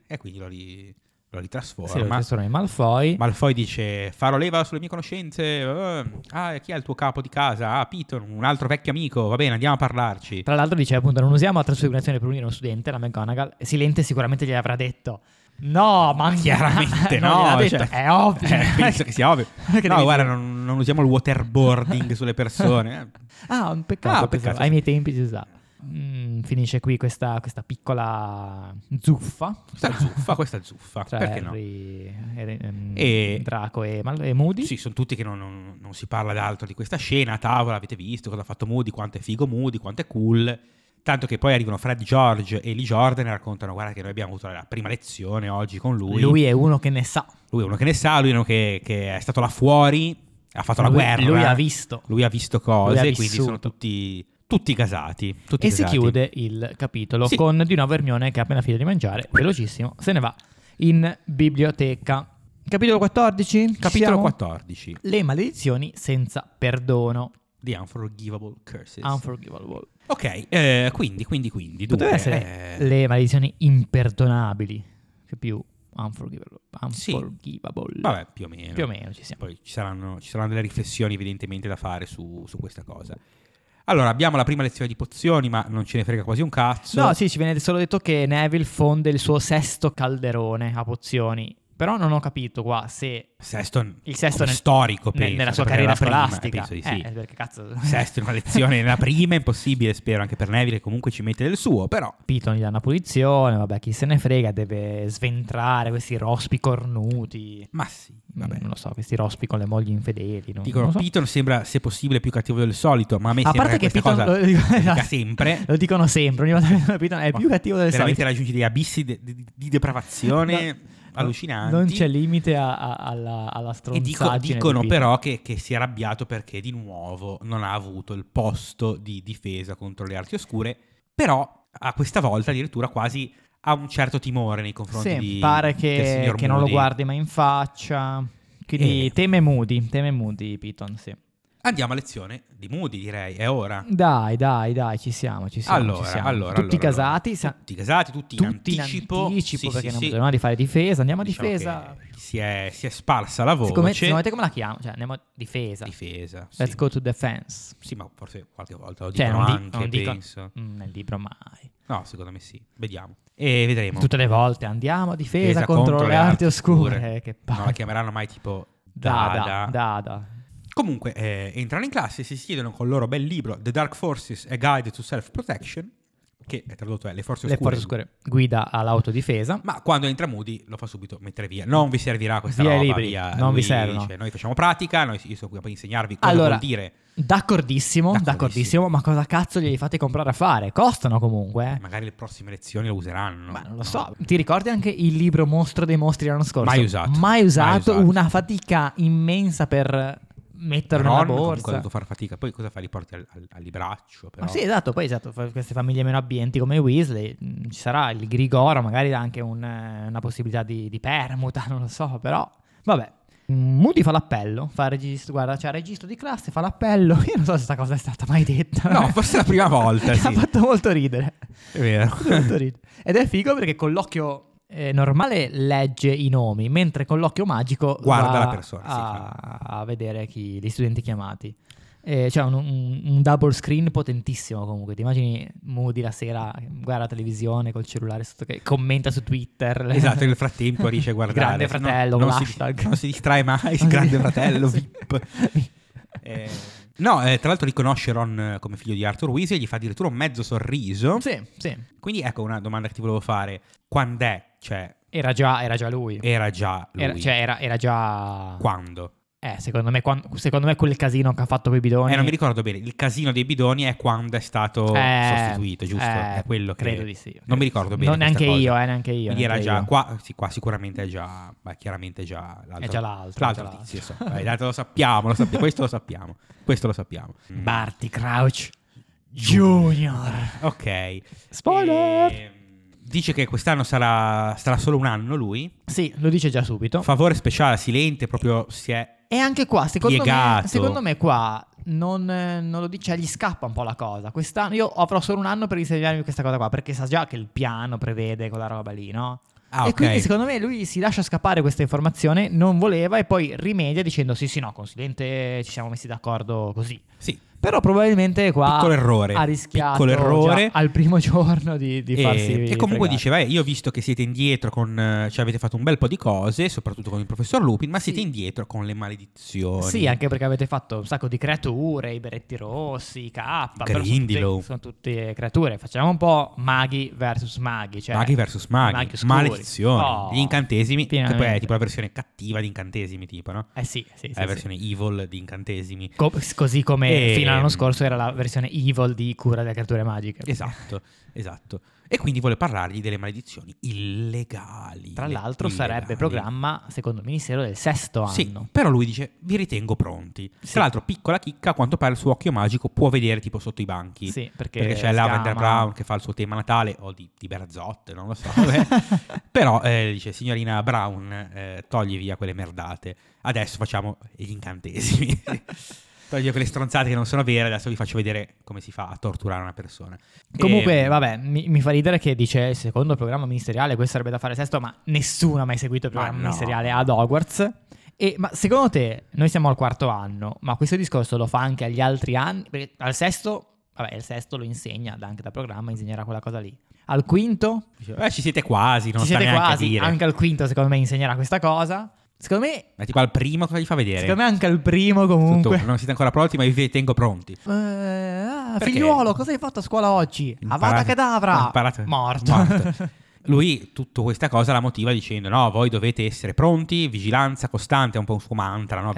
Speaker 2: E quindi lo, ri- lo
Speaker 1: Sì, lo
Speaker 2: ritrasforma.
Speaker 1: tesoro di Malfoy.
Speaker 2: Malfoy dice, farò leva sulle mie conoscenze. eh, Ah, e chi è il tuo capo di casa? Ah, Piton, un altro vecchio amico. Va bene, andiamo a parlarci.
Speaker 1: Tra l'altro dice appunto non usiamo la trasfigurazione per unire uno studente, la McGonagall, Silente sicuramente gliel'avrà detto. No, ma
Speaker 2: [laughs] Chiaramente
Speaker 1: [laughs] Non
Speaker 2: no,
Speaker 1: gliel'ha detto,
Speaker 2: cioè-
Speaker 1: è ovvio.
Speaker 2: Eh, [laughs] penso che sia ovvio.
Speaker 1: Perché
Speaker 2: No,
Speaker 1: devi
Speaker 2: guarda,
Speaker 1: dire?
Speaker 2: non, non usiamo il waterboarding sulle persone. eh.
Speaker 1: [laughs] [laughs] Ah, un peccato,
Speaker 2: Ah, peccato,
Speaker 1: pensavo. ai miei tempi si usava. Mm, finisce qui questa, questa piccola zuffa
Speaker 2: Questa zuffa, questa zuffa.
Speaker 1: tra
Speaker 2: Perché no?
Speaker 1: Harry, e, ehm,
Speaker 2: E-
Speaker 1: Draco e, Mal- e Moody.
Speaker 2: Sì, sono tutti che non, non- non si parla d'altro di questa scena. A tavola avete visto cosa ha fatto Moody, quanto è figo Moody, quanto è cool. Tanto che poi arrivano Fred George e Lee Jordan e raccontano: Guarda, che noi abbiamo avuto la prima lezione oggi con lui.
Speaker 1: lui. è uno che ne sa.
Speaker 2: Lui è uno che ne sa, lui è uno che, che è stato là fuori, ha fatto la
Speaker 1: Lui-
Speaker 2: guerra. eh.
Speaker 1: lui ha visto.
Speaker 2: Lui ha visto cose,
Speaker 1: Lui ha
Speaker 2: quindi
Speaker 1: vissuto.
Speaker 2: sono tutti, tutti casati. tutti
Speaker 1: E si
Speaker 2: casati.
Speaker 1: chiude il capitolo
Speaker 2: Sì.
Speaker 1: con di nuovo Hermione che ha appena finito di mangiare, velocissimo, se ne va in biblioteca. Capitolo 14. ci
Speaker 2: Capitolo
Speaker 1: siamo?
Speaker 2: 14:
Speaker 1: Le maledizioni senza perdono.
Speaker 2: The Unforgivable Curses.
Speaker 1: Unforgivable.
Speaker 2: ok, eh, quindi, quindi, quindi.
Speaker 1: Poteva
Speaker 2: dunque,
Speaker 1: essere
Speaker 2: eh,
Speaker 1: le maledizioni imperdonabili, che più unforgivable.
Speaker 2: Sì.
Speaker 1: unforgivable.
Speaker 2: Vabbè, più o meno.
Speaker 1: Più o meno ci siamo.
Speaker 2: Poi ci saranno, ci saranno delle riflessioni evidentemente da fare su, su questa cosa. Allora, abbiamo la prima lezione di pozioni, ma non ce ne frega quasi un cazzo.
Speaker 1: No, sì, ci viene solo detto che Neville fonde il suo sesto calderone a pozioni. Però non ho capito qua se
Speaker 2: Seston,
Speaker 1: il sesto
Speaker 2: come
Speaker 1: nel-
Speaker 2: storico,
Speaker 1: ne-
Speaker 2: penso,
Speaker 1: nella sua
Speaker 2: perché era
Speaker 1: carriera
Speaker 2: la prima,
Speaker 1: scolastica.
Speaker 2: penso di sì.
Speaker 1: Eh, perché [laughs] cazzo...
Speaker 2: Sesto in una [laughs] lezione, la prima è impossibile, spero, anche per Neville, che comunque ci mette del suo, però...
Speaker 1: Piton gli dà una punizione, vabbè, chi se ne frega, deve sventrare questi rospi cornuti.
Speaker 2: Ma sì, vabbè.
Speaker 1: Mm, Non lo so, questi rospi con le mogli infedeli. Non,
Speaker 2: Dicono,
Speaker 1: non lo so.
Speaker 2: Piton sembra, se possibile, più cattivo del solito, ma a me
Speaker 1: A
Speaker 2: sembra
Speaker 1: parte
Speaker 2: che
Speaker 1: che
Speaker 2: questa
Speaker 1: Piton
Speaker 2: cosa
Speaker 1: lo, dico- [laughs]
Speaker 2: lo dica
Speaker 1: esatto.
Speaker 2: sempre.
Speaker 1: Lo dicono sempre, ogni volta che vedono Piton è più cattivo del
Speaker 2: Veramente
Speaker 1: solito.
Speaker 2: raggiunge degli abissi de- di, di depravazione [laughs] allucinanti.
Speaker 1: Non c'è limite a- a- alla, alla
Speaker 2: E dico-
Speaker 1: stronzaggine di
Speaker 2: dicono
Speaker 1: Piton.
Speaker 2: però che, che si è arrabbiato perché di nuovo non ha avuto il posto di difesa contro le arti oscure, però a questa volta addirittura quasi ha un certo timore nei confronti
Speaker 1: Sì,
Speaker 2: di
Speaker 1: pare
Speaker 2: del
Speaker 1: che,
Speaker 2: signor
Speaker 1: che non lo
Speaker 2: Moody.
Speaker 1: guardi mai in faccia. Quindi
Speaker 2: Eh.
Speaker 1: teme Moody, teme Moody Piton, sì.
Speaker 2: Andiamo a lezione di Moody, direi, è ora.
Speaker 1: Dai, dai, dai, ci siamo, ci siamo.
Speaker 2: Allora,
Speaker 1: ci siamo.
Speaker 2: allora,
Speaker 1: Tutti
Speaker 2: allora, allora.
Speaker 1: casati, sa-
Speaker 2: Tutti casati, tutti,
Speaker 1: tutti
Speaker 2: in anticipo. Sì,
Speaker 1: perché
Speaker 2: sì,
Speaker 1: non
Speaker 2: sì.
Speaker 1: bisognava di fare difesa. Andiamo a
Speaker 2: Diciamo
Speaker 1: difesa.
Speaker 2: che Si è, si è sparsa la voce.
Speaker 1: Siccome, secondo te come la chiamo? Cioè, andiamo a difesa.
Speaker 2: Difesa.
Speaker 1: Let's
Speaker 2: sì.
Speaker 1: go to defense.
Speaker 2: Sì, ma forse qualche volta lo
Speaker 1: Cioè,
Speaker 2: dicono
Speaker 1: non, di-
Speaker 2: anche,
Speaker 1: non dico-
Speaker 2: penso.
Speaker 1: Mm, nel libro mai.
Speaker 2: No, secondo me sì. Vediamo. E vedremo.
Speaker 1: Tutte le volte andiamo a difesa contro, le arti, oscure. Eh, Che
Speaker 2: non la
Speaker 1: palle.
Speaker 2: chiameranno mai tipo Dada.
Speaker 1: Dada, Dada.
Speaker 2: Comunque, eh, entrano in classe e si siedono col loro bel libro The Dark Forces, A Guide to Self-Protection, che è tradotto è Le Forze
Speaker 1: Le
Speaker 2: Oscure.
Speaker 1: porte oscure. Guida all'autodifesa.
Speaker 2: Ma quando entra Moody lo fa subito mettere via. Non vi servirà questa
Speaker 1: Via i
Speaker 2: roba.
Speaker 1: libri, non
Speaker 2: Lui
Speaker 1: vi servono.
Speaker 2: dice, noi facciamo pratica, noi, io sono qui per insegnarvi cosa
Speaker 1: Allora,
Speaker 2: vuol dire.
Speaker 1: D'accordissimo,
Speaker 2: D'accordissimo.
Speaker 1: d'accordissimo, ma cosa cazzo glieli fate comprare a fare? Costano comunque. eh.
Speaker 2: Magari le prossime lezioni lo useranno.
Speaker 1: Ma non
Speaker 2: no?
Speaker 1: lo so. Ti ricordi anche il libro Mostro dei Mostri l'anno scorso?
Speaker 2: Mai usato.
Speaker 1: Mai usato,
Speaker 2: Mai usato.
Speaker 1: una fatica immensa per metterlo
Speaker 2: Ron
Speaker 1: nella
Speaker 2: comunque ha
Speaker 1: borsa.
Speaker 2: dovuto fare fatica. Poi cosa fa? Li porti al, al- al libraccio, però.
Speaker 1: Ma sì, esatto, poi esatto, fa- queste famiglie meno abbienti come i Weasley, mh, ci sarà il Grigoro, magari dà anche un, eh, una possibilità di, di permuta, [laughs] non lo so, però vabbè. Mm, Moody fa l'appello, fa il registro, guarda, c'è il registro di classe, fa l'appello, [laughs] io non so se questa cosa è stata mai detta.
Speaker 2: No, forse è
Speaker 1: [laughs]
Speaker 2: la prima volta,
Speaker 1: Mi
Speaker 2: sì.
Speaker 1: ha fatto molto ridere. [laughs]
Speaker 2: È vero.
Speaker 1: Molto ridere. Ed è figo perché con l'occhio eh, normale legge i nomi, mentre con l'occhio magico
Speaker 2: Guarda
Speaker 1: va
Speaker 2: la persona, sì,
Speaker 1: a, a vedere chi, gli studenti chiamati. Eh, c'è un, un- un double screen potentissimo comunque. Ti immagini Moody la sera, guarda la televisione col cellulare sotto che commenta su Twitter. [laughs]
Speaker 2: Esatto, nel frattempo riesce a
Speaker 1: Il
Speaker 2: guardare.
Speaker 1: Grande
Speaker 2: se no
Speaker 1: fratello,
Speaker 2: non,
Speaker 1: con
Speaker 2: si,
Speaker 1: l'hashtag.
Speaker 2: non si
Speaker 1: [laughs]
Speaker 2: distrae mai, il grande fratello,
Speaker 1: Sì.
Speaker 2: VIP. Eh, no, eh, tra l'altro riconosce Ron eh, come figlio di Arthur Weasley, gli fa addirittura un mezzo sorriso.
Speaker 1: Sì, sì.
Speaker 2: Quindi ecco una domanda che ti volevo fare. Quando è? Cioè,
Speaker 1: Era già, era già lui.
Speaker 2: era già lui.
Speaker 1: Era, cioè, era, era già...
Speaker 2: Quando?
Speaker 1: Eh, secondo me, quan- secondo me quel casino che ha fatto con i bidoni...
Speaker 2: Eh, non mi ricordo bene. Il casino dei bidoni è quando è stato
Speaker 1: Eh,
Speaker 2: sostituito, giusto?
Speaker 1: eh,
Speaker 2: è quello che...
Speaker 1: credo di sì.
Speaker 2: Non mi ricordo bene.
Speaker 1: Non-
Speaker 2: questa
Speaker 1: neanche io,
Speaker 2: cosa.
Speaker 1: eh, neanche io,
Speaker 2: Quindi era
Speaker 1: neanche
Speaker 2: già...
Speaker 1: io.
Speaker 2: Qua, sì, qua sicuramente è già... Beh, chiaramente è già l'altro.
Speaker 1: È già l'altro,
Speaker 2: L'altro
Speaker 1: è già
Speaker 2: tizio,
Speaker 1: l'altro.
Speaker 2: so. Dai, tanto lo sappiamo, lo sappiamo. questo lo sappiamo. Questo lo sappiamo. Mm,
Speaker 1: Barty Crouch Junior.
Speaker 2: Ok.
Speaker 1: Spoiler!
Speaker 2: Ehm, dice che quest'anno sarà, sarà solo un anno lui.
Speaker 1: Sì, lo dice già subito.
Speaker 2: Favore speciale, silente, proprio si è...
Speaker 1: e anche qua, secondo me,
Speaker 2: Piegato.
Speaker 1: secondo me qua non, eh, non lo dice, gli scappa un po' la cosa. Quest'anno io avrò solo un anno per insegnarmi questa cosa qua, perché sa già che il piano prevede quella roba lì, no?
Speaker 2: Ah,
Speaker 1: e
Speaker 2: ok.
Speaker 1: quindi secondo me lui si lascia scappare questa informazione, non voleva e poi rimedia dicendo sì sì no, consulente ci siamo messi d'accordo così.
Speaker 2: Sì,
Speaker 1: Però probabilmente qua
Speaker 2: Piccolo errore,
Speaker 1: ha rischiato
Speaker 2: piccolo errore.
Speaker 1: già al primo [laughs] giorno di, di
Speaker 2: e,
Speaker 1: farsi
Speaker 2: e
Speaker 1: fregare.
Speaker 2: comunque diceva "Eh, io ho visto che siete indietro con eh, cioè avete fatto un bel po' di cose soprattutto con il professor Lupin ma siete
Speaker 1: Sì.
Speaker 2: indietro con le maledizioni
Speaker 1: Sì, anche perché avete fatto un sacco di creature, i beretti rossi, i K, però sono
Speaker 2: Grindylow.
Speaker 1: tutte, sono tutte creature. Facciamo un po' maghi versus maghi, cioè
Speaker 2: maghi versus maghi,
Speaker 1: maghi oscuri.
Speaker 2: maledizioni
Speaker 1: Oh,
Speaker 2: gli incantesimi che poi è
Speaker 1: pienamente.
Speaker 2: tipo la versione cattiva di incantesimi tipo no?
Speaker 1: Eh sì, sì, sì,
Speaker 2: è la
Speaker 1: sì.
Speaker 2: versione evil di incantesimi
Speaker 1: Co- così come
Speaker 2: E-
Speaker 1: fino all'anno scorso era la versione evil di cura delle creature magiche.
Speaker 2: esatto esatto e quindi vuole parlargli delle maledizioni illegali
Speaker 1: Tra l'altro
Speaker 2: Illegali.
Speaker 1: sarebbe programma, secondo il ministero, del sesto anno.
Speaker 2: Sì, però lui dice vi ritengo pronti.
Speaker 1: Sì.
Speaker 2: Tra l'altro, piccola chicca, a quanto pare il suo occhio magico può vedere tipo sotto i banchi.
Speaker 1: Sì, perché,
Speaker 2: perché c'è
Speaker 1: sgama.
Speaker 2: Lavender Brown che fa il suo tema natale o di, di Berzotte, non lo so. [laughs] vabbè.
Speaker 1: [laughs]
Speaker 2: Però eh, dice signorina Brown, eh, togli via quelle merdate. Adesso facciamo gli incantesimi.
Speaker 1: [laughs]
Speaker 2: togli via quelle stronzate che non sono vere, adesso vi faccio vedere come si fa a torturare una persona.
Speaker 1: Comunque,
Speaker 2: Ehm,
Speaker 1: vabbè, mi, mi fa ridere che dice secondo il programma ministeriale, questo sarebbe da fare sesto, ma nessuno ha mai seguito il
Speaker 2: Ma
Speaker 1: programma
Speaker 2: no.
Speaker 1: ministeriale ad Hogwarts. E, ma secondo te, noi siamo al quarto anno, ma questo discorso lo fa anche agli altri anni? Perché al sesto, vabbè, il sesto lo insegna da- anche da programma, insegnerà quella cosa lì. Al quinto,
Speaker 2: dice, "Eh, ci siete quasi, non
Speaker 1: ci
Speaker 2: sta
Speaker 1: siete
Speaker 2: neanche a
Speaker 1: quasi,
Speaker 2: dire.
Speaker 1: anche al quinto secondo me insegnerà questa cosa. Secondo me,
Speaker 2: Ma tipo al primo cosa gli fa vedere?
Speaker 1: secondo me anche al primo
Speaker 2: Tutto,
Speaker 1: comunque.
Speaker 2: non siete ancora pronti, ma vi tengo pronti.
Speaker 1: Eh, ah,
Speaker 2: Perché?
Speaker 1: figliuolo, cosa hai fatto a scuola oggi? Avada
Speaker 2: Imparato-
Speaker 1: Kedavra!
Speaker 2: imparato-
Speaker 1: Morto. [laughs]
Speaker 2: morto. Lui tutta questa cosa la motiva dicendo no, voi dovete essere pronti, vigilanza costante, è un po' un suo mantra, no?
Speaker 1: È il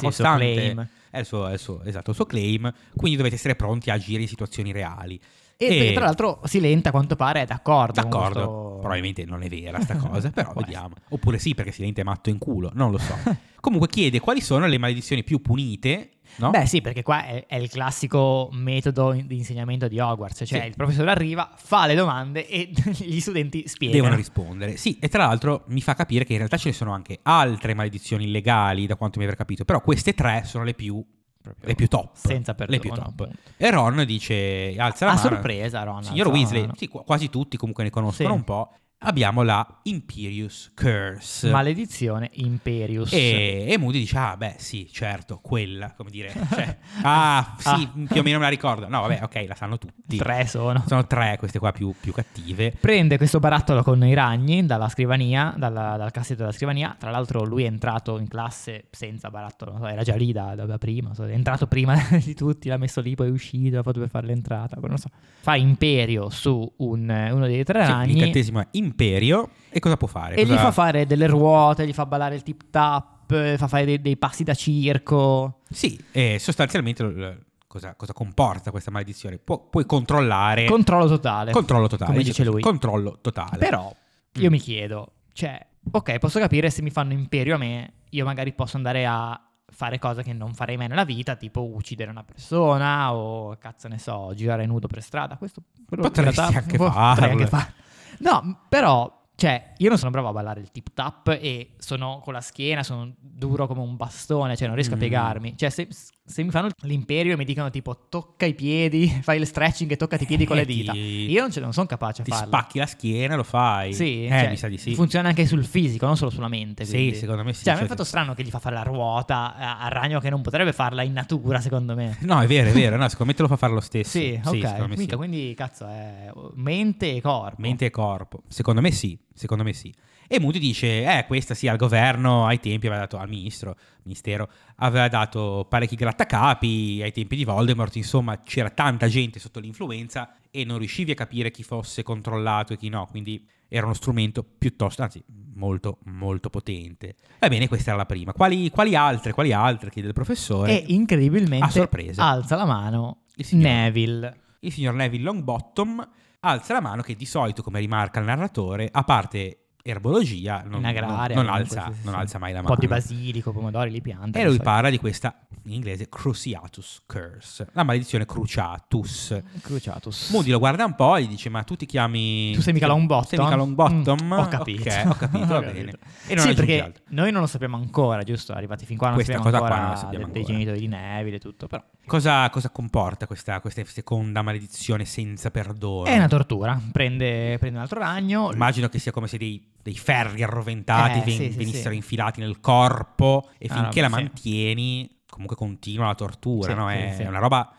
Speaker 1: suo- sì, il suo
Speaker 2: costante.
Speaker 1: claim.
Speaker 2: È il suo, è il suo- esatto, il suo claim, quindi dovete essere pronti a agire in situazioni reali.
Speaker 1: E, perché, tra l'altro Silenta a quanto pare è d'accordo. con
Speaker 2: D'accordo,
Speaker 1: questo-
Speaker 2: probabilmente non è vera
Speaker 1: [laughs]
Speaker 2: sta cosa, però
Speaker 1: Può
Speaker 2: vediamo. Oppure sì, perché Silente è matto in culo, non lo so.
Speaker 1: [laughs]
Speaker 2: Comunque chiede quali sono le maledizioni più punite, no?
Speaker 1: Beh sì, perché qua è, è il classico metodo in- di insegnamento di Hogwarts, cioè
Speaker 2: Sì.
Speaker 1: il professore arriva, fa le domande e [laughs] gli studenti spiegano.
Speaker 2: devono rispondere. Sì, e tra l'altro mi fa capire che in realtà ce ne sono anche altre maledizioni illegali, da quanto mi aver capito, però queste tre sono le più,
Speaker 1: Proprio
Speaker 2: le più top.
Speaker 1: Senza perdono.
Speaker 2: Le più top.
Speaker 1: appunto.
Speaker 2: E Ron dice, alza la
Speaker 1: A
Speaker 2: mano.
Speaker 1: sorpresa Ron.
Speaker 2: Signor
Speaker 1: alza la
Speaker 2: Weasley,
Speaker 1: mano.
Speaker 2: sì, qu- quasi tutti comunque ne conoscono
Speaker 1: Sì.
Speaker 2: un po'. Abbiamo la Imperius Curse.
Speaker 1: Maledizione Imperius.
Speaker 2: e, e Moody dice, ah beh sì, certo, quella,
Speaker 1: [laughs]
Speaker 2: come dire. cioè, ah sì,
Speaker 1: Ah.
Speaker 2: più o meno me la ricordo. No, vabbè, ok, la sanno tutti.
Speaker 1: Tre sono.
Speaker 2: Sono tre queste qua più, più cattive.
Speaker 1: Prende questo barattolo con i ragni dalla scrivania, dalla- dal cassetto della scrivania. Tra l'altro, lui è entrato in classe senza barattolo, non so, era già lì da, da- da prima. non so, è entrato prima [laughs] di tutti, l'ha messo lì, poi è uscito, ha fatto per fare l'entrata. poi non so. Fa imperio su un- uno dei tre
Speaker 2: Sì,
Speaker 1: ragni
Speaker 2: l'incantesimo Cioè, è imperio. E cosa può fare?
Speaker 1: e gli
Speaker 2: Cosa-
Speaker 1: fa fare delle ruote, gli fa ballare il tip tap, eh, fa fare dei, dei passi da circo.
Speaker 2: Sì, eh, sostanzialmente l- l- cosa, cosa comporta questa maledizione? Pu- puoi controllare.
Speaker 1: Controllo totale.
Speaker 2: Eh. controllo totale.
Speaker 1: Come dice lui.
Speaker 2: Controllo totale.
Speaker 1: Però io
Speaker 2: Mm.
Speaker 1: mi chiedo, cioè, ok, posso capire se mi fanno imperio a me, io magari posso andare a fare cose che non farei mai nella vita, tipo uccidere una persona o cazzo ne so, girare nudo per strada. Questo quello in
Speaker 2: Potresti
Speaker 1: realtà [laughs] boh,
Speaker 2: anche
Speaker 1: potrei
Speaker 2: farlo.
Speaker 1: anche farlo. No, m- però cioè, io non sono bravo a ballare il tip tap e sono con la schiena, sono duro come un bastone, cioè non riesco a
Speaker 2: Mm.
Speaker 1: piegarmi. Cioè, se, se mi fanno l'imperio e mi dicono tipo tocca i piedi, [laughs] fai il stretching e toccati i piedi con le
Speaker 2: Eh, ti-
Speaker 1: dita. Io non, ce- non sono capace a
Speaker 2: Ti
Speaker 1: farlo.
Speaker 2: spacchi la schiena e lo fai.
Speaker 1: Sì,
Speaker 2: eh,
Speaker 1: cioè,
Speaker 2: mi sa di sì.
Speaker 1: funziona anche sul fisico, non solo sulla mente.
Speaker 2: Sì,
Speaker 1: quindi.
Speaker 2: secondo me sì,
Speaker 1: Cioè, a me è
Speaker 2: cioè-
Speaker 1: fatto strano che gli fa fare la ruota a a ragno che non potrebbe farla in natura, secondo me.
Speaker 2: No, è vero, è vero. No, secondo me te lo fa fare lo stesso.
Speaker 1: Sì, ok.
Speaker 2: secondo me
Speaker 1: Minchia,
Speaker 2: [laughs] sì.
Speaker 1: Quindi, cazzo, è mente e corpo.
Speaker 2: Mente e corpo. Secondo me sì, secondo me sì. E Muti dice, eh, questa sì, al governo, ai tempi aveva dato, al ministro, ministero, aveva dato parecchi grattacapi, ai tempi di Voldemort, insomma, c'era tanta gente sotto l'influenza e non riuscivi a capire chi fosse controllato e chi no, quindi era uno strumento piuttosto, anzi, molto, molto potente. Va bene, questa era la prima. Quali, quali altre, quali altre, chiede il professore.
Speaker 1: E incredibilmente
Speaker 2: A sorpresa.
Speaker 1: alza la mano
Speaker 2: Il signor-
Speaker 1: Neville.
Speaker 2: il signor Neville Longbottom alza la mano che di solito, come rimarca il narratore, a parte erbologia, non,
Speaker 1: in agraria.
Speaker 2: non- non
Speaker 1: comunque, sì,
Speaker 2: alza,
Speaker 1: sì,
Speaker 2: non
Speaker 1: sì.
Speaker 2: alza mai la
Speaker 1: Un po' di
Speaker 2: mano.
Speaker 1: basilico, pomodori, li pianta.
Speaker 2: E
Speaker 1: di
Speaker 2: lui
Speaker 1: solito.
Speaker 2: parla di questa, in inglese, Cruciatus Curse, la maledizione cruciatus.
Speaker 1: Mm. Cruciatus.
Speaker 2: Moody lo guarda un po' e gli dice, ma tu ti chiami...
Speaker 1: Tu sei mica Longbottom?
Speaker 2: Sei mica Longbottom?
Speaker 1: Mm, ho capito.
Speaker 2: Ok,
Speaker 1: [laughs]
Speaker 2: ho capito,
Speaker 1: Ho
Speaker 2: va
Speaker 1: capito.
Speaker 2: bene. E non
Speaker 1: sì,
Speaker 2: aggiunge
Speaker 1: perché
Speaker 2: altro.
Speaker 1: noi non lo sappiamo ancora, giusto? Arrivati fin qua non
Speaker 2: Questa
Speaker 1: sappiamo
Speaker 2: cosa qua
Speaker 1: ancora,
Speaker 2: non la sappiamo
Speaker 1: de- dei
Speaker 2: ancora.
Speaker 1: genitori di Neville e tutto, però
Speaker 2: Cosa, cosa comporta questa, questa seconda maledizione senza perdono?
Speaker 1: è una tortura. Prende, prende un altro ragno,
Speaker 2: Immagino che sia come se dei, dei ferri arroventati
Speaker 1: Eh,
Speaker 2: ven-
Speaker 1: sì, sì,
Speaker 2: venissero
Speaker 1: sì.
Speaker 2: infilati nel corpo e
Speaker 1: Ah,
Speaker 2: finché
Speaker 1: no,
Speaker 2: la
Speaker 1: sì.
Speaker 2: mantieni comunque continua la tortura,
Speaker 1: Sì,
Speaker 2: no?
Speaker 1: sì,
Speaker 2: è
Speaker 1: sì.
Speaker 2: una roba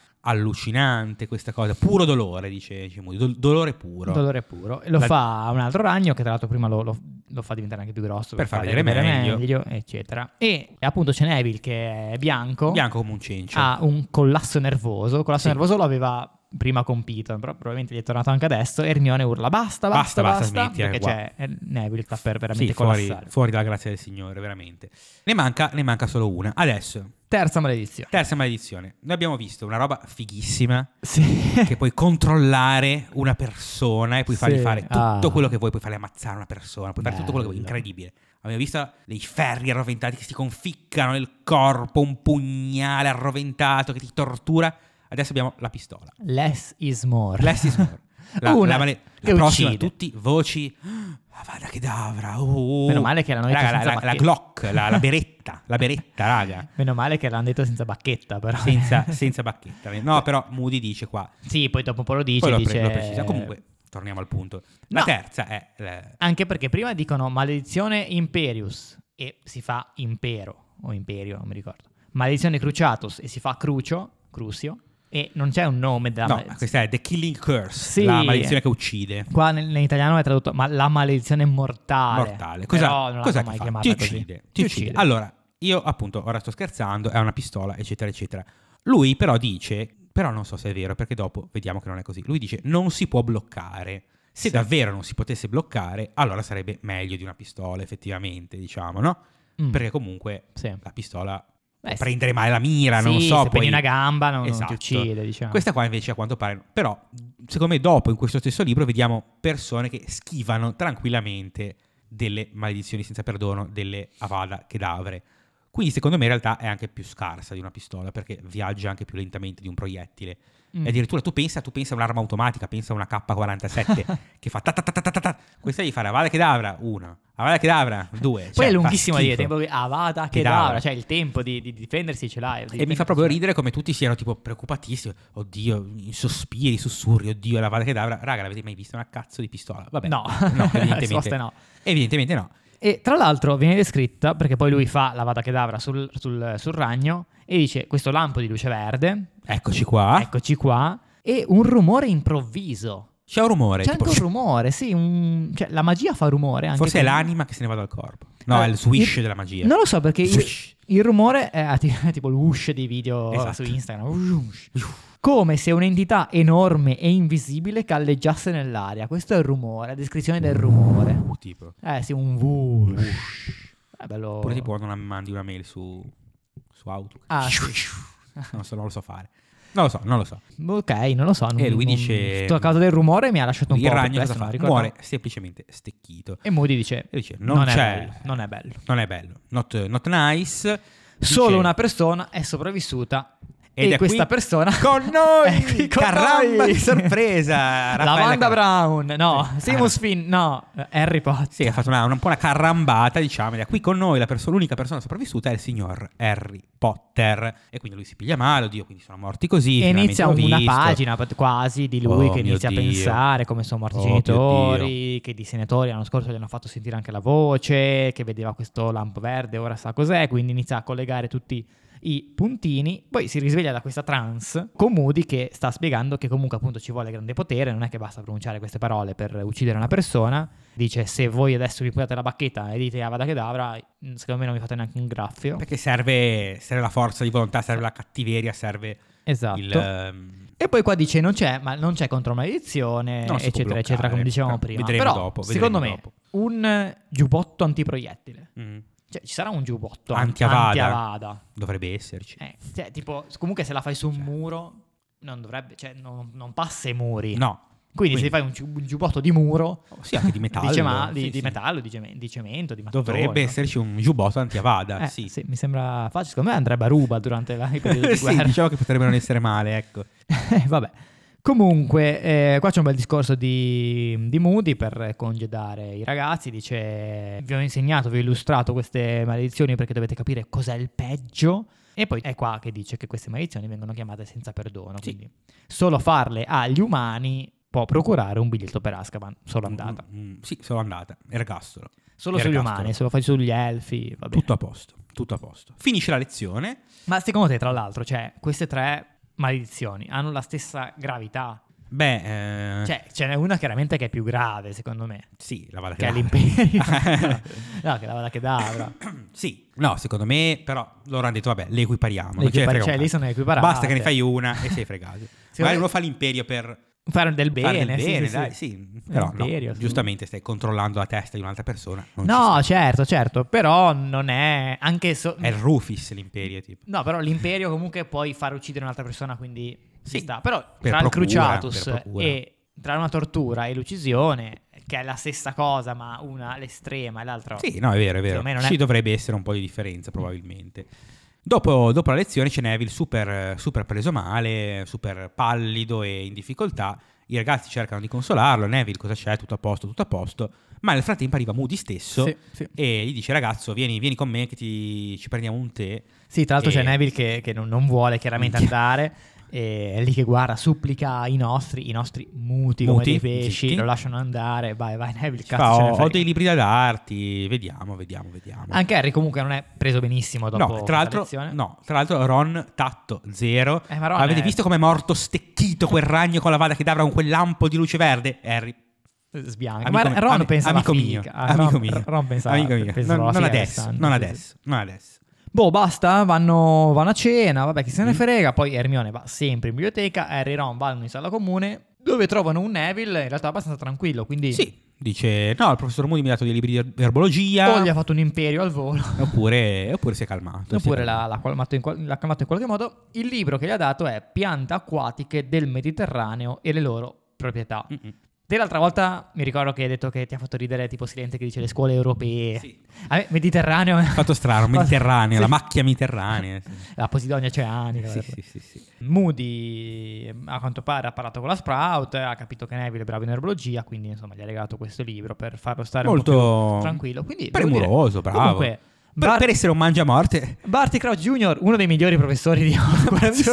Speaker 2: allucinante questa cosa, puro dolore, dice dice Moody, dol- dolore puro.
Speaker 1: dolore puro. E lo
Speaker 2: La-
Speaker 1: fa un altro ragno, che tra l'altro prima lo, lo- lo fa diventare anche più grosso
Speaker 2: Per far
Speaker 1: fare
Speaker 2: vedere meglio.
Speaker 1: eccetera. E appunto c'è Neville che è bianco,
Speaker 2: Bianco come un cencio.
Speaker 1: ha un collasso nervoso. Collasso
Speaker 2: Sì.
Speaker 1: nervoso lo aveva prima compito, però probabilmente gli è tornato anche adesso. Ermione urla basta, basta,
Speaker 2: Basta, basta,
Speaker 1: basta,
Speaker 2: smettila,
Speaker 1: perché
Speaker 2: guarda.
Speaker 1: c'è eh, Neville sta per veramente
Speaker 2: Sì, fuori,
Speaker 1: collassare.
Speaker 2: fuori dalla grazia del Signore, veramente. Ne manca, ne manca solo una. Adesso,
Speaker 1: Terza maledizione.
Speaker 2: terza maledizione. Noi abbiamo visto una roba fighissima,
Speaker 1: Sì.
Speaker 2: che puoi controllare una persona e puoi fargli
Speaker 1: Sì,
Speaker 2: fare tutto
Speaker 1: ah.
Speaker 2: quello che vuoi, puoi fargli ammazzare una persona, puoi fare tutto quello che vuoi,
Speaker 1: Bello.
Speaker 2: incredibile. Abbiamo visto dei ferri arroventati che si conficcano nel corpo, un pugnale arroventato che ti tortura. Adesso abbiamo la pistola.
Speaker 1: [laughs] Less is more.
Speaker 2: Less
Speaker 1: [laughs]
Speaker 2: is more. La,
Speaker 1: Una
Speaker 2: la, male- la
Speaker 1: che
Speaker 2: prossima,
Speaker 1: uccide.
Speaker 2: tutti voci. Ah, vada che davra. oh, oh.
Speaker 1: Meno male che l'hanno detto
Speaker 2: Raga, la,
Speaker 1: senza
Speaker 2: la- la
Speaker 1: bacchetta.
Speaker 2: Glock, la, la beretta, la beretta,
Speaker 1: [laughs]
Speaker 2: raga.
Speaker 1: Meno male che l'hanno detto senza bacchetta, però.
Speaker 2: Senza, senza bacchetta. No, però Moody dice qua,
Speaker 1: [laughs] sì, poi dopo un po' lo dice.
Speaker 2: poi lo, pre-
Speaker 1: dice...
Speaker 2: lo precisa. Comunque, torniamo al punto. La
Speaker 1: No.
Speaker 2: terza è eh,
Speaker 1: Anche perché prima dicono maledizione imperius e si fa impero o imperio, non mi ricordo. Maledizione cruciatus e si fa crucio, crucio, e non c'è un nome della
Speaker 2: no,
Speaker 1: maledizione.
Speaker 2: questa è The Killing Curse,
Speaker 1: Sì.
Speaker 2: la maledizione che uccide.
Speaker 1: Qua nel- nell'italiano è tradotto ma la maledizione mortale.
Speaker 2: Mortale. Cosa,
Speaker 1: Però non
Speaker 2: cos'è
Speaker 1: l'hanno
Speaker 2: che
Speaker 1: mai
Speaker 2: fa?
Speaker 1: chiamata
Speaker 2: Ti
Speaker 1: così.
Speaker 2: uccide, ti uccide. Allora, io appunto, ora sto scherzando, è una pistola, eccetera, eccetera. Lui però dice, però non so se è vero, perché dopo vediamo che non è così. Lui dice, non si può bloccare. Se davvero non si potesse bloccare, allora sarebbe meglio di una pistola, effettivamente, diciamo, no?
Speaker 1: Mm,
Speaker 2: Perché comunque
Speaker 1: sì.
Speaker 2: la pistola
Speaker 1: Beh, sì.
Speaker 2: prendere male la mira, non
Speaker 1: Sì,
Speaker 2: so.
Speaker 1: se prendi
Speaker 2: poi-
Speaker 1: una gamba non, non
Speaker 2: Esatto.
Speaker 1: ti uccide, diciamo.
Speaker 2: Questa qua invece a quanto pare, però secondo me dopo in questo stesso libro vediamo persone che schivano tranquillamente delle maledizioni senza perdono, delle avada kedavre. Quindi secondo me in realtà è anche più scarsa di una pistola perché viaggia anche più lentamente di un proiettile.
Speaker 1: Mm.
Speaker 2: E addirittura tu pensa, tu pensa a un'arma automatica, pensa a
Speaker 1: [laughs]
Speaker 2: una K47 che fa ta ta ta ta ta ta ta. Questa gli fa la avada kedavra, una, avada kedavra, due.
Speaker 1: Poi
Speaker 2: Cioè,
Speaker 1: è
Speaker 2: fa
Speaker 1: lunghissimo dire,
Speaker 2: schifo.
Speaker 1: tempo che Ah, avada che
Speaker 2: Kedavra.
Speaker 1: davra, cioè il tempo di, di difendersi ce l'hai.
Speaker 2: E mi fa proprio ridere come tutti siano tipo preoccupatissimi. Oddio, i sospiri, i sussurri, oddio, la vada che davra. Raga, l'avete mai vista una cazzo di pistola? Vabbè.
Speaker 1: No, [laughs] la risposta
Speaker 2: evidentemente
Speaker 1: è no.
Speaker 2: Evidentemente no.
Speaker 1: E tra l'altro viene descritta, perché poi lui fa la vada kedavra sul, sul- sul ragno, e dice questo lampo di luce verde,
Speaker 2: Eccoci qua.
Speaker 1: eccoci qua, e un rumore improvviso.
Speaker 2: C'è un rumore.
Speaker 1: C'è
Speaker 2: tipo,
Speaker 1: anche un rumore, sì, un- cioè, la magia fa rumore anche.
Speaker 2: forse è
Speaker 1: quindi.
Speaker 2: l'anima che se ne va dal corpo. No,
Speaker 1: Allora,
Speaker 2: è il swish
Speaker 1: il-
Speaker 2: della magia.
Speaker 1: Non lo so perché il,
Speaker 2: Swish.
Speaker 1: il rumore è a- è tipo l'ush dei video
Speaker 2: Esatto.
Speaker 1: su Instagram. Come se un'entità enorme e invisibile galleggiasse nell'aria. Questo è il rumore, la descrizione del rumore.
Speaker 2: Uh, tipo.
Speaker 1: Eh sì, un whoosh. È bello.
Speaker 2: Oppure tipo quando una- mandi una mail su, su Outlook.
Speaker 1: Ah, sì.
Speaker 2: Non, so, non lo so fare. Non lo so, non lo so.
Speaker 1: Ok, non lo so. Non,
Speaker 2: E lui
Speaker 1: non-
Speaker 2: dice-
Speaker 1: sto a causa del rumore mi ha lasciato un
Speaker 2: Il
Speaker 1: po'
Speaker 2: ragno
Speaker 1: perplesso,
Speaker 2: cosa
Speaker 1: non
Speaker 2: fa?
Speaker 1: ricordo.
Speaker 2: Muore semplicemente stecchito.
Speaker 1: E Moody dice:
Speaker 2: E dice, non, c'è.
Speaker 1: È bello, non è bello.
Speaker 2: Non è bello. Not, not nice.
Speaker 1: Solo
Speaker 2: Dice-
Speaker 1: una persona è sopravvissuta
Speaker 2: Ed
Speaker 1: e
Speaker 2: è
Speaker 1: questa
Speaker 2: qui
Speaker 1: persona [laughs]
Speaker 2: con noi!
Speaker 1: è qui con
Speaker 2: Caramba,
Speaker 1: noi!
Speaker 2: che sorpresa!
Speaker 1: La
Speaker 2: Raffaella
Speaker 1: Wanda
Speaker 2: Car-
Speaker 1: Brown, no,
Speaker 2: Sì. Ah.
Speaker 1: Seamus Finn, no, Harry Potter.
Speaker 2: Sì, ha fatto una, un po' una carrambata, diciamo. ed è Qui con noi la perso- l'unica persona sopravvissuta è il signor Harry Potter. E quindi lui si piglia male, oddio, quindi sono morti così.
Speaker 1: E inizia
Speaker 2: finalmente l'ho
Speaker 1: una
Speaker 2: visto.
Speaker 1: pagina pat- quasi di lui
Speaker 2: Oh,
Speaker 1: che
Speaker 2: mio
Speaker 1: inizia
Speaker 2: Dio.
Speaker 1: a pensare come sono morti
Speaker 2: Oh,
Speaker 1: i
Speaker 2: mio
Speaker 1: genitori, che di senatori l'anno scorso gli hanno fatto sentire anche la voce, che vedeva questo lampo verde, ora sa cos'è, quindi inizia a collegare tutti i puntini, poi si risveglia da questa trance con Moody che sta spiegando che comunque appunto ci vuole grande potere, non è che basta pronunciare queste parole per uccidere una persona, dice se voi adesso vi puntate la bacchetta e dite Avada Kedavra, secondo me non vi fate neanche un graffio.
Speaker 2: Perché serve, serve la forza di volontà, serve la cattiveria, serve
Speaker 1: Esatto.
Speaker 2: il... ehm,
Speaker 1: E poi qua dice non c'è, ma non c'è contro maledizione,
Speaker 2: Non si può
Speaker 1: eccetera,
Speaker 2: bloccare.
Speaker 1: eccetera, come dicevamo
Speaker 2: Eh,
Speaker 1: prima.
Speaker 2: vedremo
Speaker 1: Però,
Speaker 2: dopo, vedremo
Speaker 1: secondo me,
Speaker 2: dopo.
Speaker 1: un eh, giubbotto antiproiettile.
Speaker 2: mm,
Speaker 1: Cioè, ci sarà un giubbotto an-
Speaker 2: Antiavada.
Speaker 1: antiavada.
Speaker 2: dovrebbe esserci.
Speaker 1: Eh, cioè, tipo, s- comunque se la fai
Speaker 2: Cioè.
Speaker 1: su un muro, non dovrebbe, cioè, non, non passa i muri.
Speaker 2: No.
Speaker 1: Quindi, se fai un, giu- un giubbotto di muro,
Speaker 2: Sì, anche
Speaker 1: [laughs]
Speaker 2: di metallo.
Speaker 1: di, cema- di-
Speaker 2: Sì,
Speaker 1: di
Speaker 2: sì.
Speaker 1: metallo, di, geme- di cemento, di mattone.
Speaker 2: Dovrebbe esserci un giubbotto antiavada,
Speaker 1: Eh,
Speaker 2: sì.
Speaker 1: sì, mi sembra facile. Secondo me andrebbe a ruba durante la, il
Speaker 2: [laughs]
Speaker 1: periodo di
Speaker 2: sì,
Speaker 1: guerra.
Speaker 2: diciamo che potrebbe non essere male, ecco.
Speaker 1: [laughs] Eh, vabbè. Comunque, eh, qua c'è un bel discorso di, di Moody per congedare i ragazzi. Dice: Vi ho insegnato, vi ho illustrato queste maledizioni perché dovete capire cos'è il peggio. E poi è qua che dice che queste maledizioni vengono chiamate senza perdono.
Speaker 2: Sì.
Speaker 1: Quindi solo farle agli umani può procurare un biglietto per Azkaban. Solo andata.
Speaker 2: Mm, mm, sì, sono andata. Ergastolo.
Speaker 1: Solo sugli
Speaker 2: Ergastolo.
Speaker 1: umani, se lo fai sugli elfi. Va bene.
Speaker 2: Tutto a posto, tutto a posto. Finisce la lezione.
Speaker 1: Ma secondo te, tra l'altro, cioè, queste tre maledizioni hanno la stessa gravità?
Speaker 2: Beh, eh,
Speaker 1: Cioè, ce n'è una chiaramente che è più grave, secondo me.
Speaker 2: sì, la Vada
Speaker 1: che è
Speaker 2: Kedavra.
Speaker 1: l'imperio.
Speaker 2: [laughs]
Speaker 1: no, che la vada che davra.
Speaker 2: Mm, Sì, no, secondo me, però loro hanno detto, vabbè, le equipariamo.
Speaker 1: Le
Speaker 2: non ce ne
Speaker 1: equipar-
Speaker 2: frega
Speaker 1: cioè,
Speaker 2: un
Speaker 1: lì
Speaker 2: cazzo.
Speaker 1: sono equiparate.
Speaker 2: Basta che ne fai una e
Speaker 1: [laughs]
Speaker 2: sei fregato. Magari
Speaker 1: me-
Speaker 2: uno fa l'imperio per
Speaker 1: Fare del bene.
Speaker 2: fare del
Speaker 1: sì,
Speaker 2: bene,
Speaker 1: sì,
Speaker 2: dai,
Speaker 1: sì.
Speaker 2: sì. Però no,
Speaker 1: Imperio, sì.
Speaker 2: giustamente stai controllando la testa di un'altra persona. non ci
Speaker 1: No, certo, certo, però non è anche so-
Speaker 2: sta. È il Rufus l'imperio, tipo.
Speaker 1: No, però l'imperio comunque puoi far uccidere un'altra persona, quindi
Speaker 2: Sì,
Speaker 1: ci sta. Però
Speaker 2: per
Speaker 1: tra il
Speaker 2: procura,
Speaker 1: Cruciatus
Speaker 2: per procura.
Speaker 1: e tra una tortura e l'uccisione, che è la stessa cosa, ma una l'estrema e l'altra
Speaker 2: Sì, no, è vero, è vero.
Speaker 1: me non
Speaker 2: Ci
Speaker 1: è- Mm.
Speaker 2: dovrebbe essere un po' di differenza, probabilmente. Dopo, dopo la lezione c'è Neville super, super preso male, super pallido e in difficoltà. I ragazzi cercano di consolarlo. Neville, cosa c'è? Tutto a posto, tutto a posto. Ma nel frattempo arriva Moody stesso
Speaker 1: Sì, sì.
Speaker 2: e gli dice: Ragazzo, vieni, vieni con me che ti- ci prendiamo un tè.
Speaker 1: Sì, tra l'altro
Speaker 2: E-
Speaker 1: c'è Neville che, che non, non vuole chiaramente andare. E è lì che guarda, supplica i nostri, i nostri muti, come
Speaker 2: Muti,
Speaker 1: dei pesci,
Speaker 2: zitti.
Speaker 1: lo lasciano andare. Vai, vai, Neville.
Speaker 2: Ci
Speaker 1: Cazzo,
Speaker 2: fa,
Speaker 1: ce ne
Speaker 2: ho, ho
Speaker 1: frega."
Speaker 2: dei libri da darti. Vediamo, vediamo, vediamo.
Speaker 1: Anche Harry comunque non è preso benissimo dopo
Speaker 2: No,
Speaker 1: questa
Speaker 2: tra l'altro,
Speaker 1: lezione.
Speaker 2: no, tra l'altro Ron tatto zero.
Speaker 1: Eh, ma Ron
Speaker 2: Avete
Speaker 1: è-
Speaker 2: visto com'è morto stecchito quel ragno con la vada che davra con quel lampo di luce verde? Harry.
Speaker 1: sbianca.
Speaker 2: amico
Speaker 1: Ma
Speaker 2: mio-
Speaker 1: Ron
Speaker 2: ami-
Speaker 1: pensa alla
Speaker 2: amico mio,
Speaker 1: figa. Ah,
Speaker 2: amico
Speaker 1: Ron-
Speaker 2: mio,
Speaker 1: Ron pensa
Speaker 2: amico
Speaker 1: alla-
Speaker 2: mio.
Speaker 1: pensa
Speaker 2: Non,
Speaker 1: alla
Speaker 2: non
Speaker 1: figa di
Speaker 2: adesso,
Speaker 1: Sandy,
Speaker 2: non
Speaker 1: sì, sì.
Speaker 2: adesso, non adesso.
Speaker 1: Boh, basta, vanno, vanno a cena, vabbè, chi se
Speaker 2: Mm.
Speaker 1: ne frega. Poi Hermione va sempre in biblioteca, Harry e Ron vanno in sala comune, dove trovano un Neville in realtà abbastanza tranquillo, quindi...
Speaker 2: Sì, dice no, il professor Moody mi ha dato dei libri di er- erbologia.
Speaker 1: O gli ha fatto un imperio al volo.
Speaker 2: Oppure, oppure si è calmato.
Speaker 1: Oppure
Speaker 2: si è
Speaker 1: l'ha, l'ha calmato in qual- l'ha calmato in qualche modo. Il libro che gli ha dato è Piante acquatiche del Mediterraneo e le loro proprietà.
Speaker 2: calmato. Mm-mm.
Speaker 1: Te l'altra volta mi ricordo che hai detto che ti ha fatto ridere tipo Silente che dice le scuole europee.
Speaker 2: Sì.
Speaker 1: A me Mediterraneo, [laughs]
Speaker 2: Fatto strano, Mediterraneo,
Speaker 1: Sì.
Speaker 2: la macchia mediterranea. Sì,
Speaker 1: la Posidonia oceanica.
Speaker 2: sì, sì, sì, sì.
Speaker 1: Moody ehm, a quanto pare ha parlato con la Sprout, ha capito che Neville è bravo in erbologia, quindi insomma gli ha regalato questo libro per farlo stare un po'
Speaker 2: Molto
Speaker 1: più tranquillo. Quindi, devo dire-
Speaker 2: premuroso, bravo.
Speaker 1: Comunque,
Speaker 2: Per-
Speaker 1: Bar-
Speaker 2: per essere un
Speaker 1: [laughs]
Speaker 2: mangiamorte
Speaker 1: Barty Crouch Jr., uno dei migliori professori di [laughs] Hogwarts.